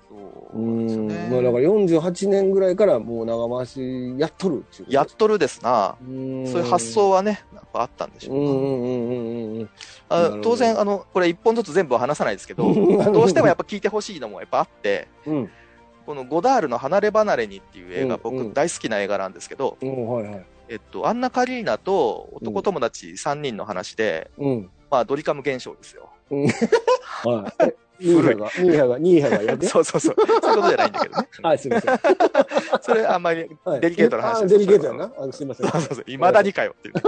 そううなんですよん。ねまあだから48年ぐらいからもう長回しやっとるっていうこと。やっとるですな。うんそういう発想はね、なんかあったんでしうょうんねうんうんうんうんなるあほど当然、あの、これ一本ずつ全部は話さないですけど、うん。どうしてもやっぱ聞いてほしいのもやっぱあって、うん。このゴダールの離れ離れにっていう映画、うんう僕ん大好きな映画なんですけど、うん、はいはい。えっと、アンナ・カリーナと男友達3人の話で、うん。まあ、ドリカム現象ですよ。 [laughs] はい。ニーハが、ニーハが、ニーハがやる。そうそう [laughs] そう。そういうことじゃないんだけどね。はい、すみません。それあんまり、はい [laughs] デリケートな話あですデリケートやな。あすみませんそう。そうそう、未だにかよっていうね。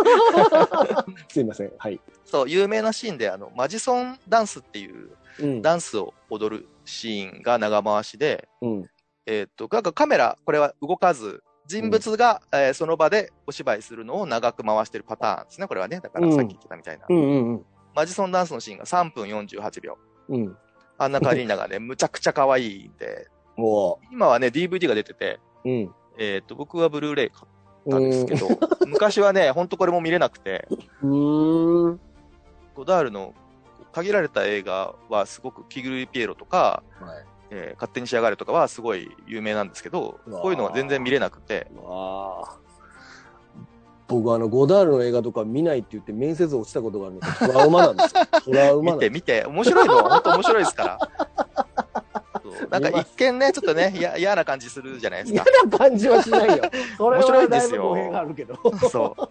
すみません。はい。そう、有名なシーンで、あの、マジソンダンスっていううん。ダンスを踊るシーンが長回しで、うん。えーっと、ががカメラ、これは動かず、人物が、えーその場でお芝居するのを長く回してるパターンですね。これはね、だからさっき言ってたみたいな。うんうんマジソンダンスのシーンが3分48秒。うん。うん。アンナ・カリーナがね、むちゃくちゃ可愛いんで、も今はね、DVD が出てて、う。うん。えーっと、僕はブルーレイ買ったんですけど、 [laughs] 昔はね、ほんとこれも見れなくて、うん。はゴダールの限られた映画はすごく、キグル・ピエロとか、えー勝手に仕上がるとかはすごい有名なんですけど、うわーこういうのは全然見れなくて、い。わあ。僕あのゴダールの映画とか見ないって言って面接落ちたことがあるんですけどトラウマなんですよ。ト [laughs] ラウマな見んてです。見て、面白いの、本当面白いです [laughs] から。そうなんか一見ね、ちょっとね、や嫌な感じするじゃないです嫌か。な感じはしないよ。それ面白はいでだいすぶよ語弊があるけど。 [laughs] そう。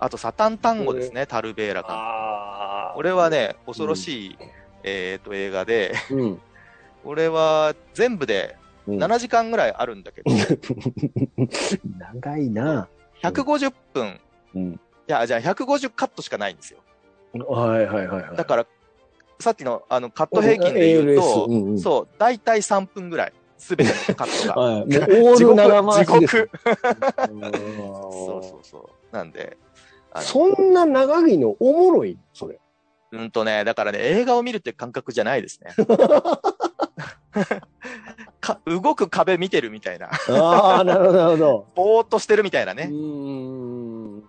あと、サタン単語ですね、タルベーラか。ああ。俺は。ね、恐ろしい、えっと、映画で、うん。俺は全部でうん7時間ぐらいあるんだけど、長いな。 150分、うん。いや、じゃあ150カットしかないんですよ。はいはいはいはい。だから、さっきのあのカット平均で言うと、 ALS うんうんそう、大体3分ぐらい、すべてのカット [laughs] が。はい、もうオール長回しです。 [laughs] 地獄そそうそうそう。なんで、あのそんな長いのおもろいそれ。うんとね、だからね、映画を見るって感覚じゃないです [laughs] ね。か動く壁見てるみたいな、ああ、なるほど、なるほど。ぼーっとしてるみたいなうね。ーん。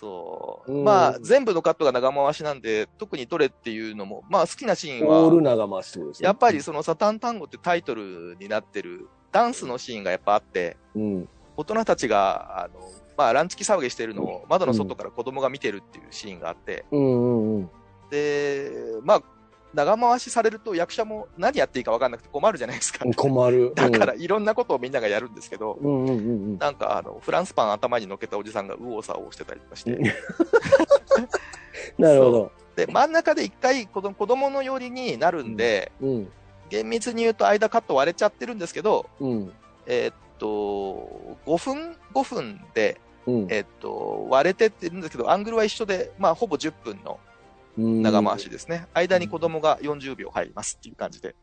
そうう。んまあ、全部のカットが長回しなんで、特にどれっていうのも、まあ、好きなシーンオールは、長回しってことですね。やっぱり、そのサタン単語ってタイトルになってるダンスのシーンがやっぱあって、うん。大人たちが、あの、まあ、ランチキ騒ぎしてるのを窓の外から子供が見てるっていうシーンがあって、うんうんうん。で、まあ、長回しされると役者も何やっていいか分かんなくて困るじゃないですか。困る。だから、いろんなことをみんながやるんですけど、うん。うんうんうんなんか、あの、フランスパン頭に乗っけたおじさんが右往左往してたりとかしうてん、。なるほど。で、真ん中で一回子供子供の寄りになるんで、うん。厳密に言うと間カット割れちゃってるんですけど、うん。えーっと、5分、5分で、うん。えっと、割れてってるんですけど、アングルは一緒で、まあ、ほぼ10分の長長回し。ですね。間に子供が40秒入りますっていう感じで。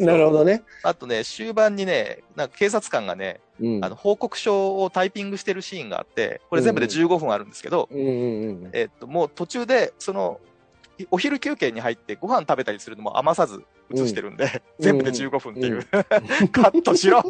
なるほどね。あとね、終盤にね、なんか警察官がね、うん。あの、報告書をタイピングしてるシーンがあって、これ全部でうん15分あるんですけど、うんうんうん。えっと、もう途中で、その、お昼休憩に入ってご飯食べたりするのも余さず映してるんで、うん全部で15分っていう、うん [laughs] カットしろ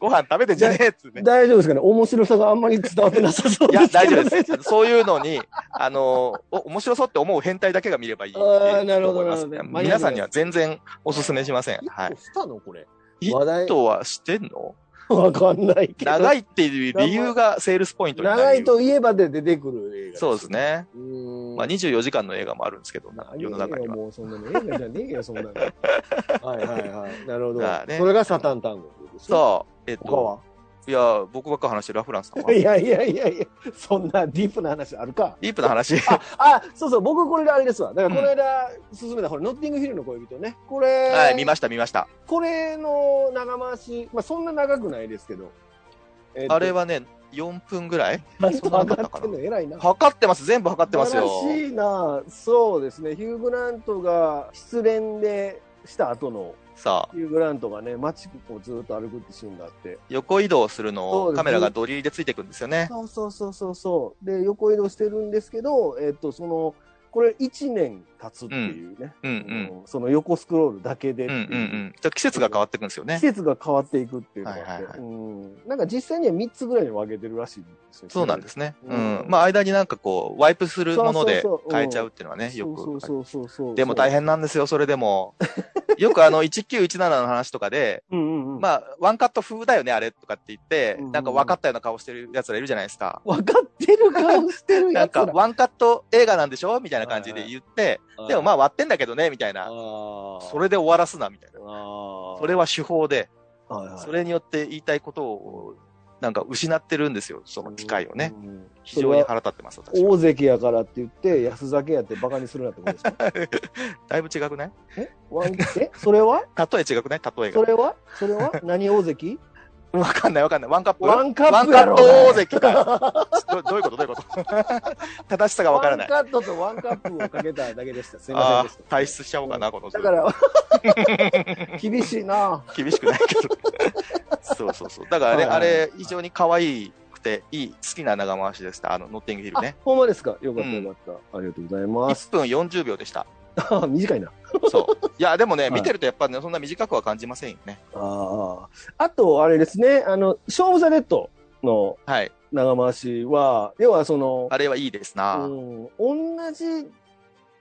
ご飯食べてんじゃねえっつうね。大丈夫ですかね面白さがあんまり伝わってなさそういですや、けど大丈夫です。そういうのに、あの、お、面白そうって思う変態だけが見ればいいってあーなるほど思いますなるほど皆さんには全然お勧めしません。は一い個。したのこれ。一話題。人はしてんのわかんないけど。長いっていう理由がセールスポイントになる。長いといえばで出てくる映画、そうです。ね。うーん。まあ、24時間の映画もあるんですけど、な世の中には。もうそんなの映画じゃねえよ、そんなの。はいはいはい。なるほど。だからねそれがサタン単語、そう。えっ他と、はいや、僕ばっか話してるラフランスさんは。いやいやいやいや、そんなディープな話あるか。ディープな話。あ、あ、そうそう、僕これであれですわ。だからこの間、進めた、ほら、ノッティングヒルの恋人ね。これ、はい、見ました、見ました。これの長回し、まあそんな長くないですけど。えっとあれ、はね、4分ぐらいちゃんそとんな上んだったがっかてなんの偉いな。測ってます、全部測ってますよ。素晴らしいな。そうですね。ヒュー・グラントが失恋でした後の、さあ、ヒュー・グラントがね、街をずっと歩くってシーンがあって。横移動するのそうをですカメラがドリルでついていくんですよね。そうそうそうそうそう。で、横移動してるんですけど、えっと、その、これ1年経つっていうね、うんうん。その横スクロールだけでっうんてういんう、うん。ちょっと季節が変わってくんですよ季ね。節が変わっていくっていうのがあって、はいはいはいうん、なんか実際には3つぐらいに分けてるらしいんですよそうなんですね。ううんん。まあ、間になんかこう、ワイプするものでそうそうそううん変えちゃうっていうのはね、よそくう。そうそうそうそう。でも大変なんですよ、それ [laughs] でも。よくあの、1917の話とかで、変。うんうんうん。まあ、ワンカット風だよね、あれとかって言ってうんうん、なんか分かったような顔してる奴らいるじゃないですか。分かってる顔してるなやんつらか、。ワンカット映画なんでしょみたいな感じで言って、でもまあ割ってんだけどね、みたいな。あそれで終わらすな、みたいな。そそれは手法で、はいはい、それによって言いたいことを、なんか失ってるんですよ、その機会をね。うんうん非常に腹立ってます、それ私はは。大関やからって言って、安酒やってバカにするなってことですかだいぶ違くないワンえそれは例え違くない例えそが。れはそれ [laughs] は何大関わかんないわかんない。ワンカップワンカップワやンカろット大関か。どどういうことどういうこと [laughs] 正しさがわからない。ワンカットとワンカップをかけただけでした。すいませんあでしーた。退出しちゃおうかな、この人だから厳しいな。 [laughs] 厳しくないけど。 [laughs] そうそうそう。だからね、はいはいあれ、非常に可愛くて、いい、好きな長回しでした。あの、ノッティングヒルねあ。ほんまですか。よかったうんよかった。ありがとうございます。 1分40秒でした。あ短いな。そう。い [laughs] や、でもね、はい見てるとやっぱね、そんな短くは感じませんよね。ああ。あとあれですね。あの勝負ザデッドのはい。長回しは要はそのあれはいいですな。うん、同じ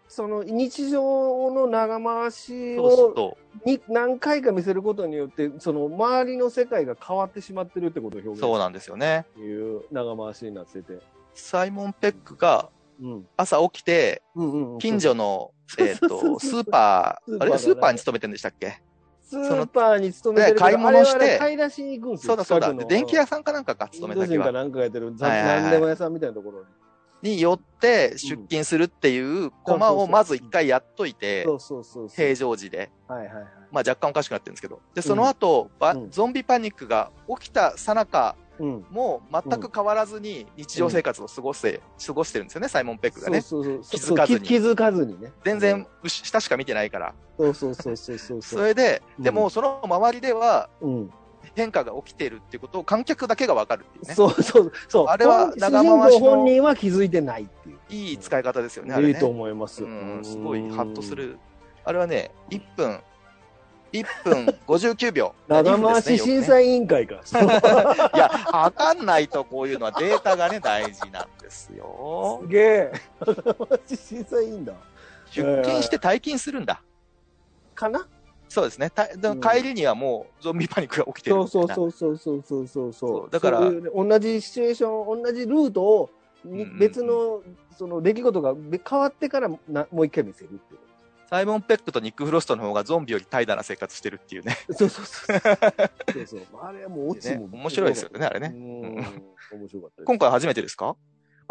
その日常の長回しそうするをと、に何回か見せることによってその周りの世界が変わってしまってるってことを表現すそうるなんですよね。っていう長回しになってて。サイモン・ペックがうん朝起きて、うんうんうん近所の、えっそうそうと、そうスそうーパー、あスーパーだねれスーパーに勤めてるんでしたっけスーパーに勤めてるけどね買い物してあれはね買い出しに行くんですよ。そうだそうだ。近くでの電気屋さんかなんかか、インド勤め先人かは。なんかがやってる、はいはいはい何でも屋さんみたいなところに。に寄って出勤するっていうコマをまず一回やっといてそ、うそうそうそう。平常時で。はいはいはい。まあ若干おかしくなってるんですけど。で、その後、ばうんゾンビパニックが起きたさなか、うん。もう全く変わらずに日常生活を過ごせ、過ごしてるんですよね、サイモン・ペックがね。そうそうそう。気づかずに気づかずにね。全然、下しか見てないから。うん。そうそうそうそうそそう。れで、うんでもその周りではうん。変化が起きてるっていうことを観客だけがわかるっていうね。そうそうそう。あれは主長人回しの公本人は気づいてないっていう。いい使い方ですよね、あいれいとね。思います。うん、すごいハッとす。る。あれはね、1分、1分59秒。 [laughs] 長2分回ですねしよくね審査委員会 [laughs] か。すいや、測んないとこういうのはデータがね、大事なんですよ。げえ。長回し審査委員だ。出勤して退勤するんだ。かなそうですね。たでうん帰りにはもうゾンビパニックが起きてるみたいそな。うそうそうそうそうそうそうそそううだからそういうね同じシチュエーション同じルートをにうんうんうん別のその出来事がべ変わってからなもう一回見せるっていうサイモン・ペックとニック・フロストの方がゾンビより怠惰な生活してるっていうね。そうそうそう [laughs] そうそうあれはもう落ちもね面白いですよねあれねうんうん面白かったです今回初めてですか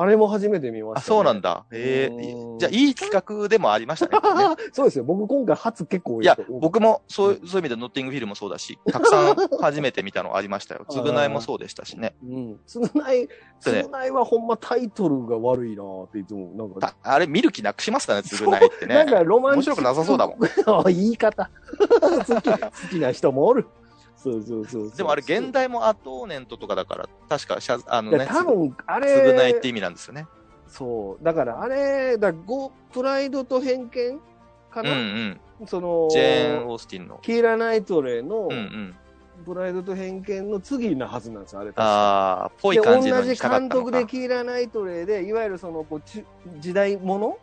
あれも初めて見ました、あ、ね、そうなんだ。ええうんじゃあ、いい企画でもありましたね。これねそうですよ僕今回初結構多いやと、僕もそうそういう意味でノッティングフィルもそうだし、たくさん初めて見たのありま [laughs] したよ。あー償いもそうでしたしね。うんつないつそうねないはほんまタイトルが悪いなーっていつもなんかたあれ、見る気なくしますかね、償いってなんかね。ロマンチック面白くなさそうだもん。言い方。 [laughs] 好き好きな人もおる。そうそうそうそうでもあれ、現代もアトーネントとかだから、確かシャ、あのだね、多分あつ償いれって、意味なんですよね。そう、だからあれ、だゴプライドと偏見かうんうな、ん。その、ジェーン・オースティンの。キーラ・ナイトレのうんうん。プライドと偏見の次なはずなんですよ、あれ確か。ああ、ぽいで感じの同にじしたかった監のか。督でキーラ・ナイトレでいわゆるそのこうち時代もの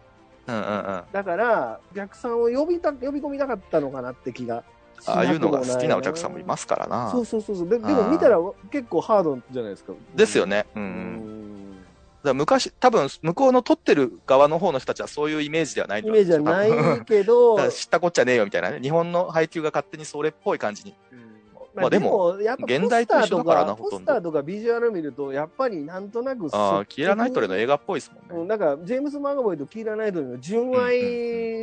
うんうんうん。だからお客さんを呼びた呼び込みたかったのかなって気がしなくもああないいうのが好きなお客さんもいますすからなそ。うそうそうそうででもうん見たら結構ハードじゃないですかですよねね。うんううん。んだから昔、多分、向こうの撮ってる側の方の人たちはそういうイメージではないイメージはないけど [laughs] 多分だから知ったこっちゃねえよみたいなね。日本の配給が勝手にそれっぽい感じにまあでも、、やっぱ現代都市だからなポスターとポほとんどスターとかビジュアル見ると、やっぱりなんとなくすっきり、ああ、キーラ・ナイトレの映画っぽいですもんね。うんなんか、ジェームス・マガボイとキーラ・ナイトレの純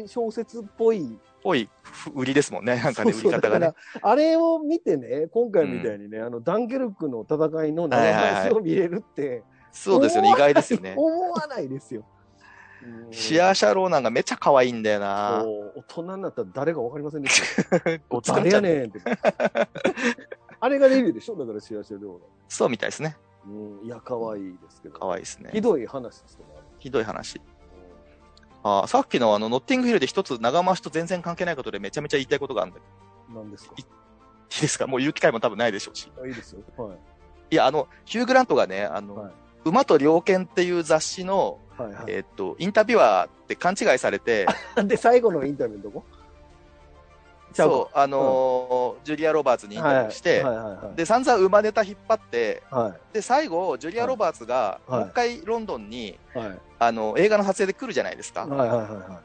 愛小説っぽい、ぽいふ売りですもんね。なんかね、売そうりそう方 [laughs] がねだ。からあれを見てね、今回みたいにね、あのダンケルクの戦いのはい生はいはい配信を見れるって、そうですよね。意外ですよね。思わないです [laughs] よ。うんシアーシャローなんかめっちゃ可愛いんだよな。そう大人になったら誰か分かりませんで [laughs] した。おつかみ誰ちゃやんねんって。あれがデビューでしょだからシアシャロそうみたいですね。ーの。うん、いや、可愛いですけ可ど。愛いですねひ。どい話ですけど、ね。ひどい話。ああさっきのあの、ノッティングヒルで一つ長回しと全然関係ないことでめちゃめちゃ言いたいことがあるんだけど、なんですかいいいですかもう言う機会も多分ないでしょうし。あいいですよ。はい。いや、あの、ヒュー・グラントがね、あの、はい馬と猟犬っていう雑誌の、はいはいえっと、インタビュアーって勘違いされて、で、最後のインタビューのとこちゃうかそう、あのージュリア・ロバーツにインタビューして、はいはいはいはい。で、散々馬ネタ引っ張って、はで、最後、ジュリア・ロバーツが、はいもう一回ロンドンに、い。はい。あの、映画の撮影で来るじゃないですか。はいはいは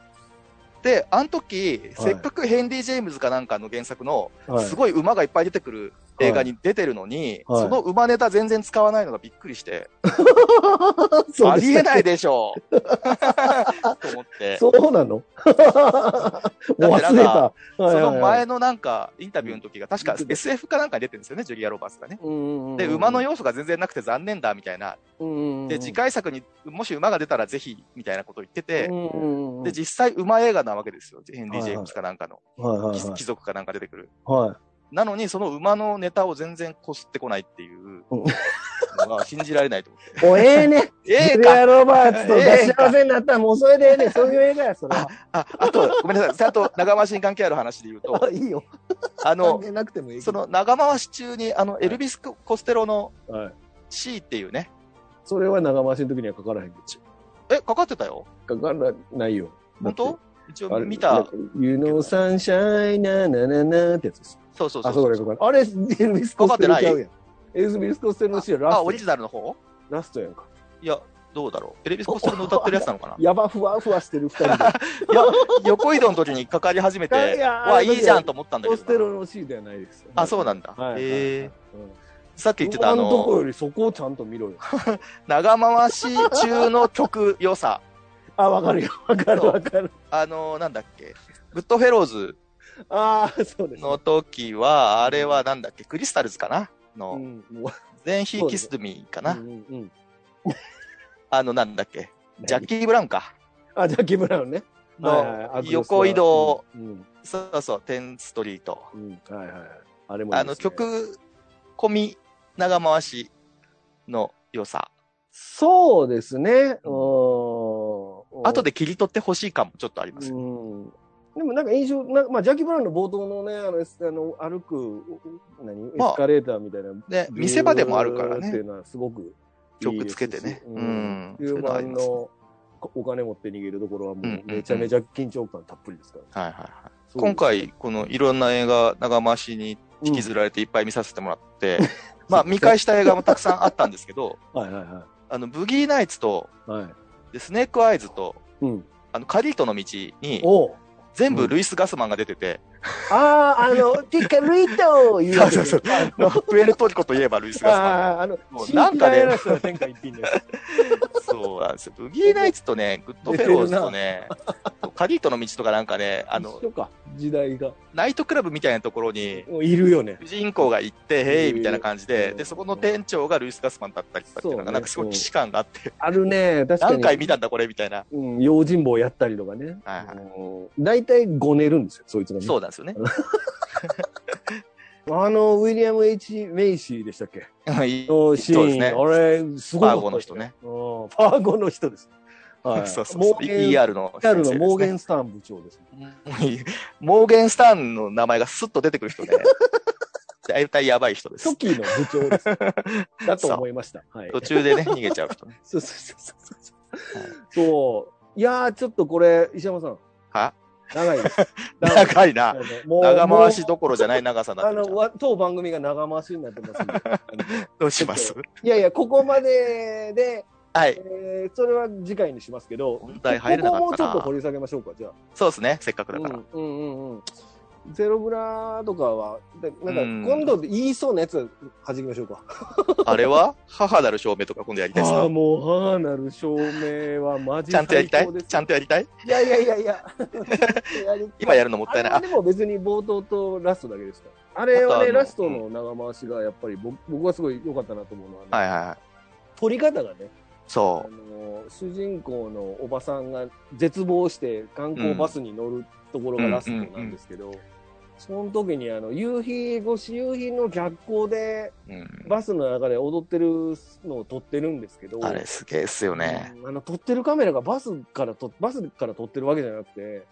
で、あの時、はいせっかくヘンリー・ジェームズかなんかの原作の、いはい。すごい馬がいっぱい出てくる映画に出てるのに、はいその馬ネタ全然使わないのがびっくりして、 [laughs] そうあでしりたえないでしょ [laughs] うと思って、そうなの [laughs] もう忘れた。その前ののなんか、インタビューの時が、確か SF かなんかに出てるんですよね、ジュリア・ロバーツがね。で、馬の要素が全然なくて残念だ、みたいな。で、次回作にもし馬が出たらぜひ、みたいなことを言ってて、で、実際馬映画なわけですよ。ヘンリー・ジェームズかなんかの、はいはい貴貴族かなんか出てくる。はい。なのに、その馬のネタを全然こすってこないっていうのが信じられないと [laughs] 思って。もうええね。 [laughs] え [laughs] えジュリかア・ロバーツと出し合わせになったらもうそれでええね。そういう映画や、それは。あ、あと、ごめんなさい。ちゃんと長回しに関係 [laughs] ある話で言うと、あいい [laughs] よ。関あの、係なくてもいいけそど。の長回し中に、あの、エルビス・コステロのはい。 C っていうね、それは長回しの時にはかからへんけえ、かかってたよど。かからないよ。本当一あ応れ見。なんたか。You know sunshine, na na na na ってやつです。そうそうそあうそこでかかる。あれ、エルビス・コステロちゃうやん。エルビス・コステロのシーンはラあ、ストオやリんジナルの方ラストやんか。いや、どうだろう。エルビス・コステロの歌ってるやつなのかなやばふわふわしてる [laughs] 二人で。いや、横移動の時にかかり始めて、いやわ、いいじゃんと思ったんだコけステロどな。の C ではないです。あ、そうなんだ。はい。えはいはいうんー、さっき言ってたあ馬のとこの、よりそこをちゃんと見ろよ。長回し中の曲良さ。あ、わかるよ。わかるそうわかる。あの、なんだっけ。グッドフェローズああ、そうですね。の時は、あれはなんだっけ、クリスタルズかなうの、ん、もう全ヒーキスミーかな、うんうんうんあの、なんだっけ、ジャッキー・ブラウンか。あ、ジャッキー・ブラウンね。はいはいのア、クロスは横移動、うん、そうそう、10ストリート。うん、うんはいはいはい。あれもいいあでの、すね曲、込み、長回しの良さ。そうですね。ううん。後で切り取ってほしい感もちょっとありますうよね。ん。でもなんか印象、なんかまあ、ジャッキー・ブラウンの冒頭のね、あの、S- あの歩く、何、まあエスカレーターみたいな。で、見せ場でもあるからっていねう。のはすごくいい曲ですしつけてね。ううんん。。そ9ういうのあり万ますね。のお金持って逃げるところはもうんうんううんめちゃめちゃ緊張感たっぷりですから。はいはいはい。そうです今、回、このいろんな映画、長回しに引きずられていっぱい見させてもらって、 [laughs] まあ見返した映画もたくさんあったんです [laughs] けど、うんはいはいはあの、ブギーナイツと、い。はい。でスネークアイズと、うん。あの、カリートの道に、おう全う部んルイス・ガスマンが出てて、 [laughs] ああ、あの、ティカルイト言われてそうそうまあプエルトリコといえばルイス・ガスマン。ああ、あのも、うななんんかかねね、天下一品です。そうなんですよ。ブギーナイツとね、グッドフェローズとね、カリートの道とかなんかね、あの一、緒か、時代が。ナイトクラブみたいなところに、もういるよね。主人公が行って、へいみたいな感じうで、んで、そこの店長がルイス・ガスマンだったりとかっていうのそうねが、なんかすごい既視感があって、あるね、確かに。何回見たんだこれみたいな。うん、用心棒やったりとかね。はいはいうん大体ごねるんですよ、そいつがね。そうなんですよね。あの、ウィリアム・ H ・メイシーでしたっけいいのシーン、そうですね。あれ、すごい。ファーゴの人ね。うん、ファーゴの人です。はい。 [laughs] そうそうそう。ER の先 ER 生ですのね。モーゲンスタン部長 [laughs] です。モーゲンスタンの名前がスッと出てくる [laughs] 人ね。大体やばい人です初。期の部長です。だと思いました。はい。途中でね、逃げちゃう人ね。そうそうそうそうそう。そう。いやー、ちょっとこれ、石山さん。は長いです。 [laughs] 長いな。い。もう長回しもどころじゃない長さにうなあってるじゃの、んわ当番組が長回しになって [laughs] ますんであのどうしますいやいや、ここまでで、はい。えーそれは次回にしますけど、本題入れなかここもっちょたっと掘な。り下げましょうか、じゃあ。そうですね。せっかくだから。うんうんうんうん。ゼロブラとかは、でなんか今度言いそうなやつ弾きましょうか。あれは母なる証明とか今度やりたいですああ、かもう母なる証明はマジちゃんとやりたい最高ですちゃんとやりたいいやいやいやいや。やり [laughs] 今やるのもっあたいれない。はあでも別に冒頭とラストだけですから。あれはあとね、あのラストの長回しがやっぱり僕僕はすごい良かったなと思うのはね、はいはいはい。撮り方がね、あそう。のー主人公のおばさんが絶望して観光バスに乗るところがラストなんですけど、その時にあの夕日越し夕日の逆光でうん、バスの中で踊ってるのを撮ってるんですけど、あれすげえっすよね。うんあの撮ってるカメラがバスからとバスから撮ってるわけじゃなくて、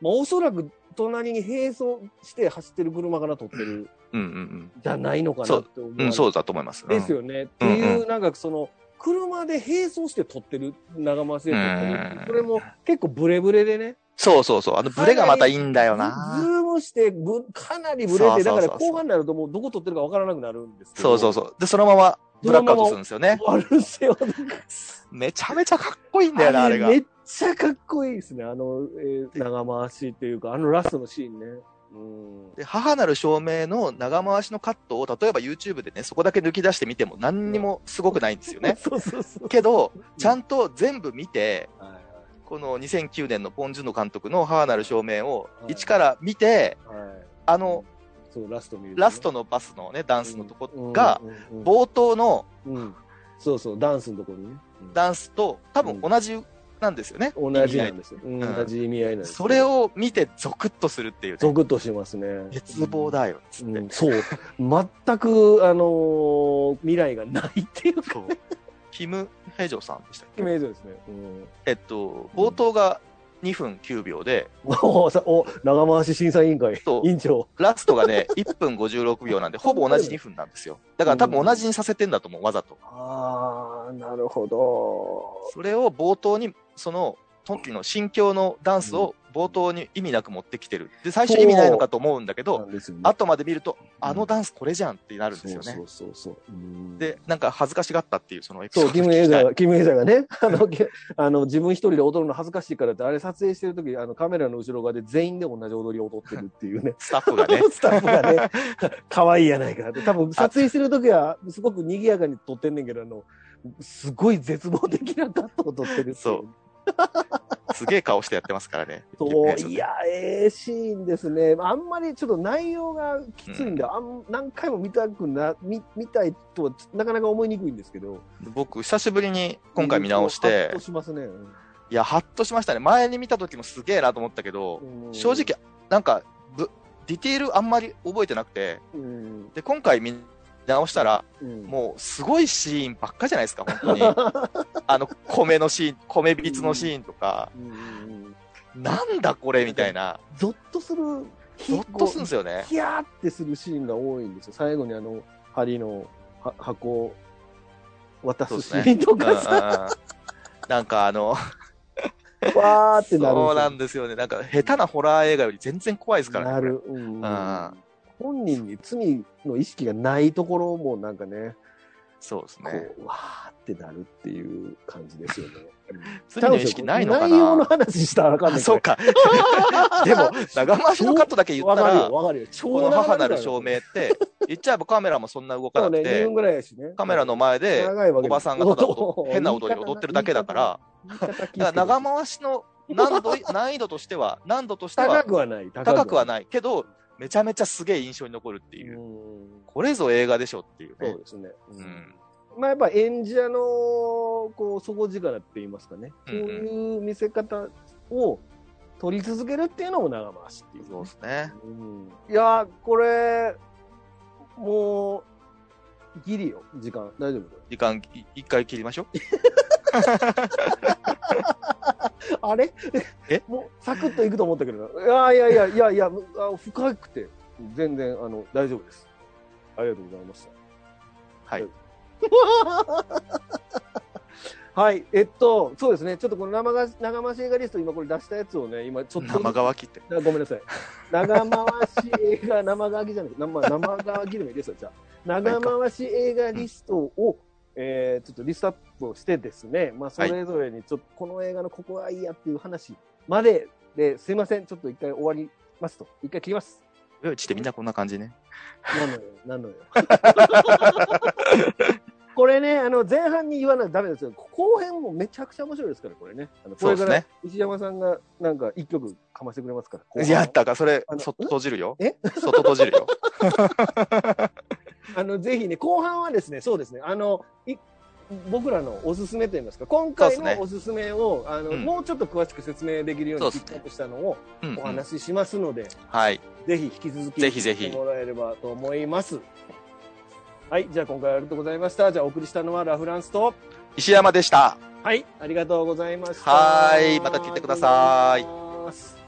まあ、おそらく隣に並走して走ってる車から撮ってるうんうんじゃないのかなそって思わうれん。うん、てそうだと思います。うんですよね。ってうんいう、うなんかその車で並走して撮ってる長回しで撮ってるっていううんそれも結構ブレブレでねそうそうそう。あのブレがまたいいんだズよズな。ームしてぶかなりブレそてうだそうかそうらそう後半になるともうどこ撮ってるかわからなくなるんですけどそうそうそう。で、そのままブラックアウトするんですよね。終わるんですよめちゃめちゃかっこいいんだよな、あれが。めっちゃかっこいいですね。あの、えー長回しっていうか、あのラストのシーンね。うん。。で母なる証明の長回しのカットを例えば YouTube でねそこだけ抜き出してみても何にもすごくないんですよね [laughs] そうそうそう。けどちゃんと全部見てはいはいこの2009年のポン・ジュノ監督の母なる証明をはい一から見てはい。あの、そう、ラスト見るとね、ラストのバスのねダンスのとこうんが、うんうんうん冒頭のうんそうそう、ダンスのところにね。うんダンスと多分同じなんですよね。同じなんですよ。うんうん同じ意味合いなんですよ。それを見てゾクッとするっていうね、ゾクッとしますね。絶望だよっつうっん。て、うんそう。全く、あのー未来がないっていうか。キム・ヘジョさんでしたっけイメージですね。うん。えっと冒頭が2分9秒でお、さお長回し審査委員会そ、う委員長。ラストがね、1分56秒なんで、ほぼ同じ2分なんですよ。だから多分同じにさせてんだと思う、わざと。ああ、なるほど。それを冒頭に、その時の心境のダンスを冒頭に意味なく持ってきてる。で、最初意味ないのかと思うんだけなど、んですよね後まで見ると、あのダンスこれじゃんってなるんですよそねう。そうそうそう。うんで、、なんか恥ずかしがったっていう、そのエピそソーう、ドキをム・聞エイきザたーいが、キム・エイザーが [laughs]。ね、あの、けあの自分一人で踊るの恥ずかしいからって、あれ撮影してる時あのカメラの後ろ側で全員で同じ踊りを踊ってるっていうね。スタッフがね [laughs] スタッフがね、可愛いやないかって。多分撮影してる時は、すごく賑やかに撮ってんねんけど、あの、すごい絶望的なカットを撮ってるっていそうすげえ顔してやってますからね。そう、キムいヘジョや、ええシーンですね。あんまりちょっと内容がきついんで、うあん何回も見たくな、見見たいとはちなかなか思いにくいんですけど。僕、久しぶりに今回見直しハッてと、しますね。うんいや、ハッとしましたね。前に見た時もすげえなと思ったけど、正、直なんかぶディテールあんまり覚えてなくてうんで今回見直したらうんもうすごいシーンばっかじゃないですか本 [laughs] 当にあの米のシーン米びつのシーンとか、うんうんうんなんだこれみたいなゾッとする、ゾッとするんですよよねヒヤーってするシーンが多いんですよ。最後にあの、針のは箱を渡そうすでシすねーンとうんうんうかんさ、なんか [laughs] あのわーってなるそようなんですよねなんか下手なホラー映画より全然怖いですからねなこれる、うんん本人に罪の意識がないところもなんかねそうですこねうわーってなるっていう感じですよね。 [laughs] 罪の意識ないのか内容のな話したらあかんねあんそ [laughs] うかでも長回しのカットだけ言わったかるらよわかるよ。超この母なる証明って、言っちゃえばカメラもそんな動かそなうねく2て分、ぐらいやしね。カメラの前で長いわけおばさんがただ踊変な踊りを踊ってるだけだから、言い方言い方だから長回しの難度 [laughs] 難易度としては、難度として高はくはない。高くはいっないけど、めちゃめちゃすげえ印象に残るってていう、んこれぞ映画でしょっていうそねう。ですね。うんまあやっぱ演者のこう底力って言いますかね、うんうんそういう見せ方を取り続けるっていうのも長回しっていうね、そうですね。うんいやーこれもうギリよ時間大丈夫時間い一回切りましょう。あれ [laughs] えもうサクッといくと思ったけどないやいやいやいやいやあ深くて全然あの大丈夫ですありがとうございましたはい。はい、えっと、そうですね、ちょっとこの生が長回し映画リスト、今これ出したやつをね、今ちょっと、生乾きって。あごめんなさい、長回し映画、 [laughs] 生乾きじゃない、生生乾きでもいいですよ、じゃあ、長回し映画リストを、えーちょっとリストアップをしてですね、まあ、そはいれぞれに、ちょっとこの映画のここはいいやっていう話までで、すいません、ちょっと一回終わりますと、一回切ります。よいちってみんなこんな感じね。なのよ、なのよ。 [laughs] これね、あの前半に言わないとダメですけど、後編もめちゃくちゃ面白いですから、これね。あのこそうれでかすらね。石山さんがなんか一曲かましてくれますから。後半いや、だからそれあ、のそっと閉じるよ。えそっと閉じるよ。あのぜひね、後半はですね、そうですね、あのい僕らのおすすめといいますか、今回そうでのすねおすすめを、あのうんもうちょっと詳しく説明できるようにピそうですねックアップしたのをうんうんお話ししますので、はい。ぜひ引き続きぜひぜひ聞いてもらえればと思います。はい、じゃあ今回はありがとうございました。じゃあお送りしたのはラフランスと、石山でした。はい、ありがとうございました。はーいまた聞いてくださいありがとうございます